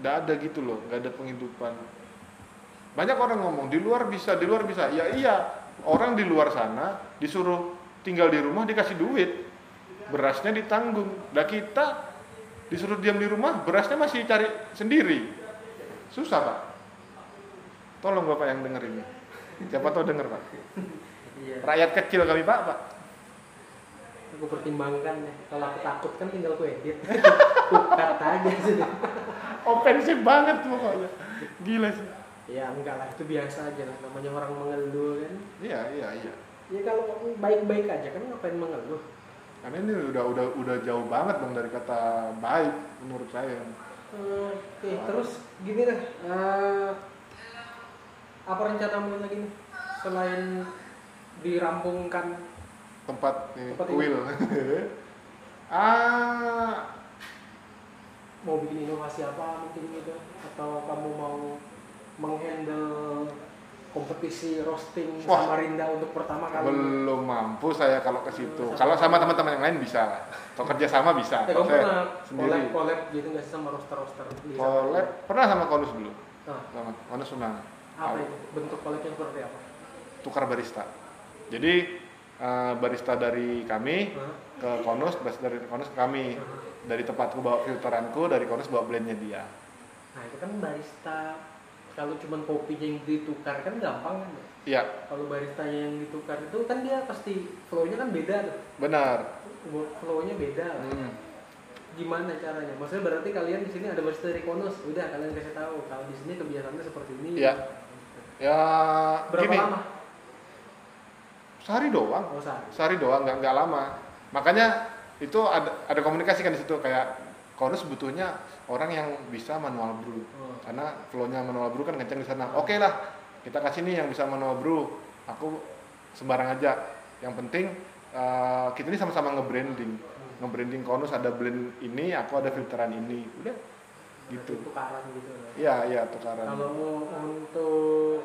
ndak ada gitu loh nggak ada penghidupan banyak orang ngomong di luar bisa di luar bisa ya iya orang di luar sana disuruh tinggal di rumah dikasih duit berasnya ditanggung nah kita disuruh diam di rumah berasnya masih cari sendiri susah pak tolong bapak yang denger ini siapa tahu denger pak Iya. rakyat kecil kami pak pak aku pertimbangkan ya kalau aku takut kan tinggal aku edit aku cut aja sudah ofensif banget pokoknya gila sih ya enggak lah itu biasa aja lah namanya orang mengeluh kan iya iya iya ya kalau baik-baik aja kan ngapain mengeluh karena ini udah udah udah jauh banget bang dari kata baik menurut saya Hmm, Oke, terus gini deh. eh, apa rencanamu lagi nih? Selain dirampungkan tempat ini Tempat ini. kuil ah mau bikin inovasi apa mungkin gitu atau kamu mau menghandle kompetisi roasting Wah. Samarinda untuk pertama kali. belum mampu saya kalau ke situ kalau sama teman-teman yang lain bisa lah kalau kerja sama bisa Eh, kamu kalau saya pernah collab sendiri collab gitu nggak sih sama roaster roaster? collab pernah sama konus dulu Nah, sama konus sunang apa itu bentuk collabnya seperti apa? tukar barista jadi eh, barista dari kami Hah? ke konus barista dari konus ke kami dari tempatku bawa filteranku dari konus bawa blendnya dia Nah itu kan barista kalau cuman kopinya yang ditukar kan gampang kan ya? iya kalau barista yang ditukar itu kan dia pasti flow-nya kan beda tuh benar flow-nya beda lah. Hmm. gimana caranya maksudnya berarti kalian di sini ada barista dari Konos udah kalian kasih tahu kalau di sini kebiasaannya seperti ini Iya. ya berapa gini, lama sehari doang oh sehari sehari doang nggak nggak lama makanya itu ada ada komunikasi kan di situ kayak konus butuhnya orang yang bisa manual brew oh. karena flow-nya manual brew kan kenceng di sana. Oke lah, kita kasih nih yang bisa manual brew. Aku sembarang aja. Yang penting eh, kita ini sama-sama nge-branding. Nge-branding Konus ada blend ini, aku ada filteran ini. Udah Berarti gitu. tukaran gitu lah. Iya, iya tukaran. kalau mau untuk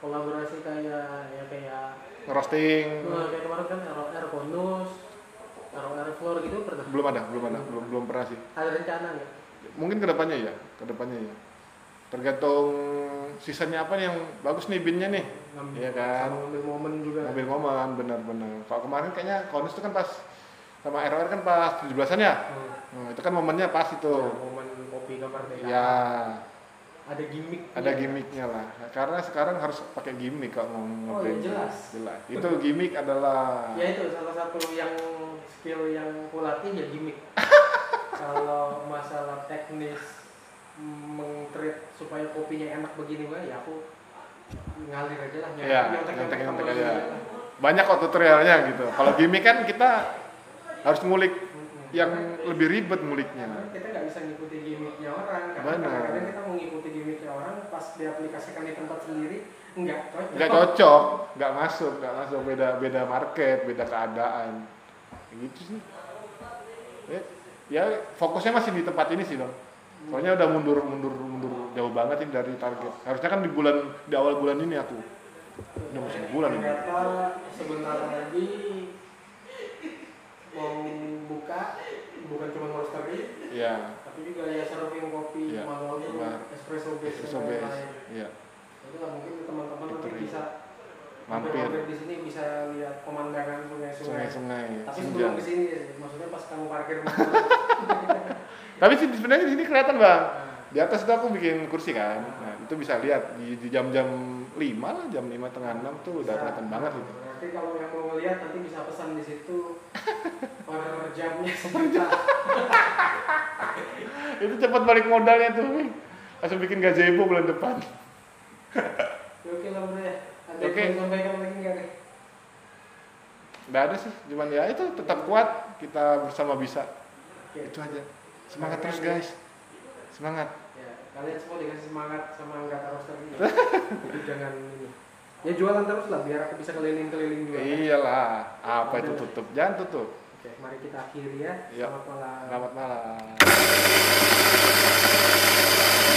kolaborasi kayak ya kayak Ngerosting Nah, kayak kemarin kan ROR Konos ROR Floor gitu pernah belum ada, belum ada, belum belum pernah sih. ada rencana nggak Mungkin kedepannya ya, kedepannya ya. Tergantung sisanya apa nih yang bagus nih binnya nih. ngambil Iya kan. sama ngambil momen juga Mobil momen benar-benar. Kalau kemarin kayaknya Konus itu kan pas sama ROR kan pas 17-an ya. Hmm. Nah, itu kan momennya pas itu. momen kopi kamar Ya. ada gimmick ada gimmicknya lah karena sekarang harus pakai gimmick kalau Iya. mau Oh, iya, nge-branding. jelas. jelas itu gimmick adalah ya itu salah satu yang skill yang kulatih ya gimmick kalau masalah teknis mengtreat supaya kopinya enak begini gua ya aku ngalir aja lah gitu. Iya, nyontek-nyontek nyontek-nyontek sama aja. Iya. dia. banyak kok tutorialnya gitu kalau gimmick kan kita harus ngulik Mm-mm. yang lebih ribet nguliknya kita nggak bisa ngikuti gimmicknya orang karena Benar. kadang-kadang kita mau ngikuti gimmicknya orang pas diaplikasikan di tempat sendiri nggak cocok nggak cocok nggak masuk nggak masuk beda beda market beda keadaan gitu sih ya, ya fokusnya masih di tempat ini sih dong soalnya udah mundur mundur mundur jauh banget ini dari target harusnya kan di bulan di awal bulan ini aku udah mau sebulan ini ternyata sebentar lagi mau buka bukan cuma roastery ya tapi juga ya serving kopi Iya, manual itu benar. espresso base dan SOBS lain-lain. ya itu nggak mungkin teman-teman nanti Catering. bisa mampir di sini bisa lihat pemandangan sungai-sungai sungai-sungai tapi senja sebelum ke sini maksudnya pas kamu parkir kan. tapi sih sebenarnya di sini kelihatan bang Nah, di atas itu aku bikin kursi kan nah, itu bisa lihat di di jam-jam 5 lah jam 5 tengah 6 tuh udah Bisa. kelihatan banget gitu Nanti kalau yang mau ngeliat nanti bisa pesan di situ order jamnya sebentar. itu cepat balik modalnya tuh Wih. langsung bikin gazebo bulan depan Oke lah bro ya. Ada Oke. yang mau sampaikan lagi nggak nih? nggak ada sih cuman ya itu tetap kuat kita bersama bisa Oke. itu aja semangat terus guys semangat Ya, kalian semua dikasih semangat sama Anggata Roster ini. Jadi jangan ini. Ya jualan terus lah biar aku bisa keliling-keliling juga. Iya. iyalah apa itu tutup jangan tutup Oke, mari kita akhiri ya. Iya. Selamat malam. selamat malam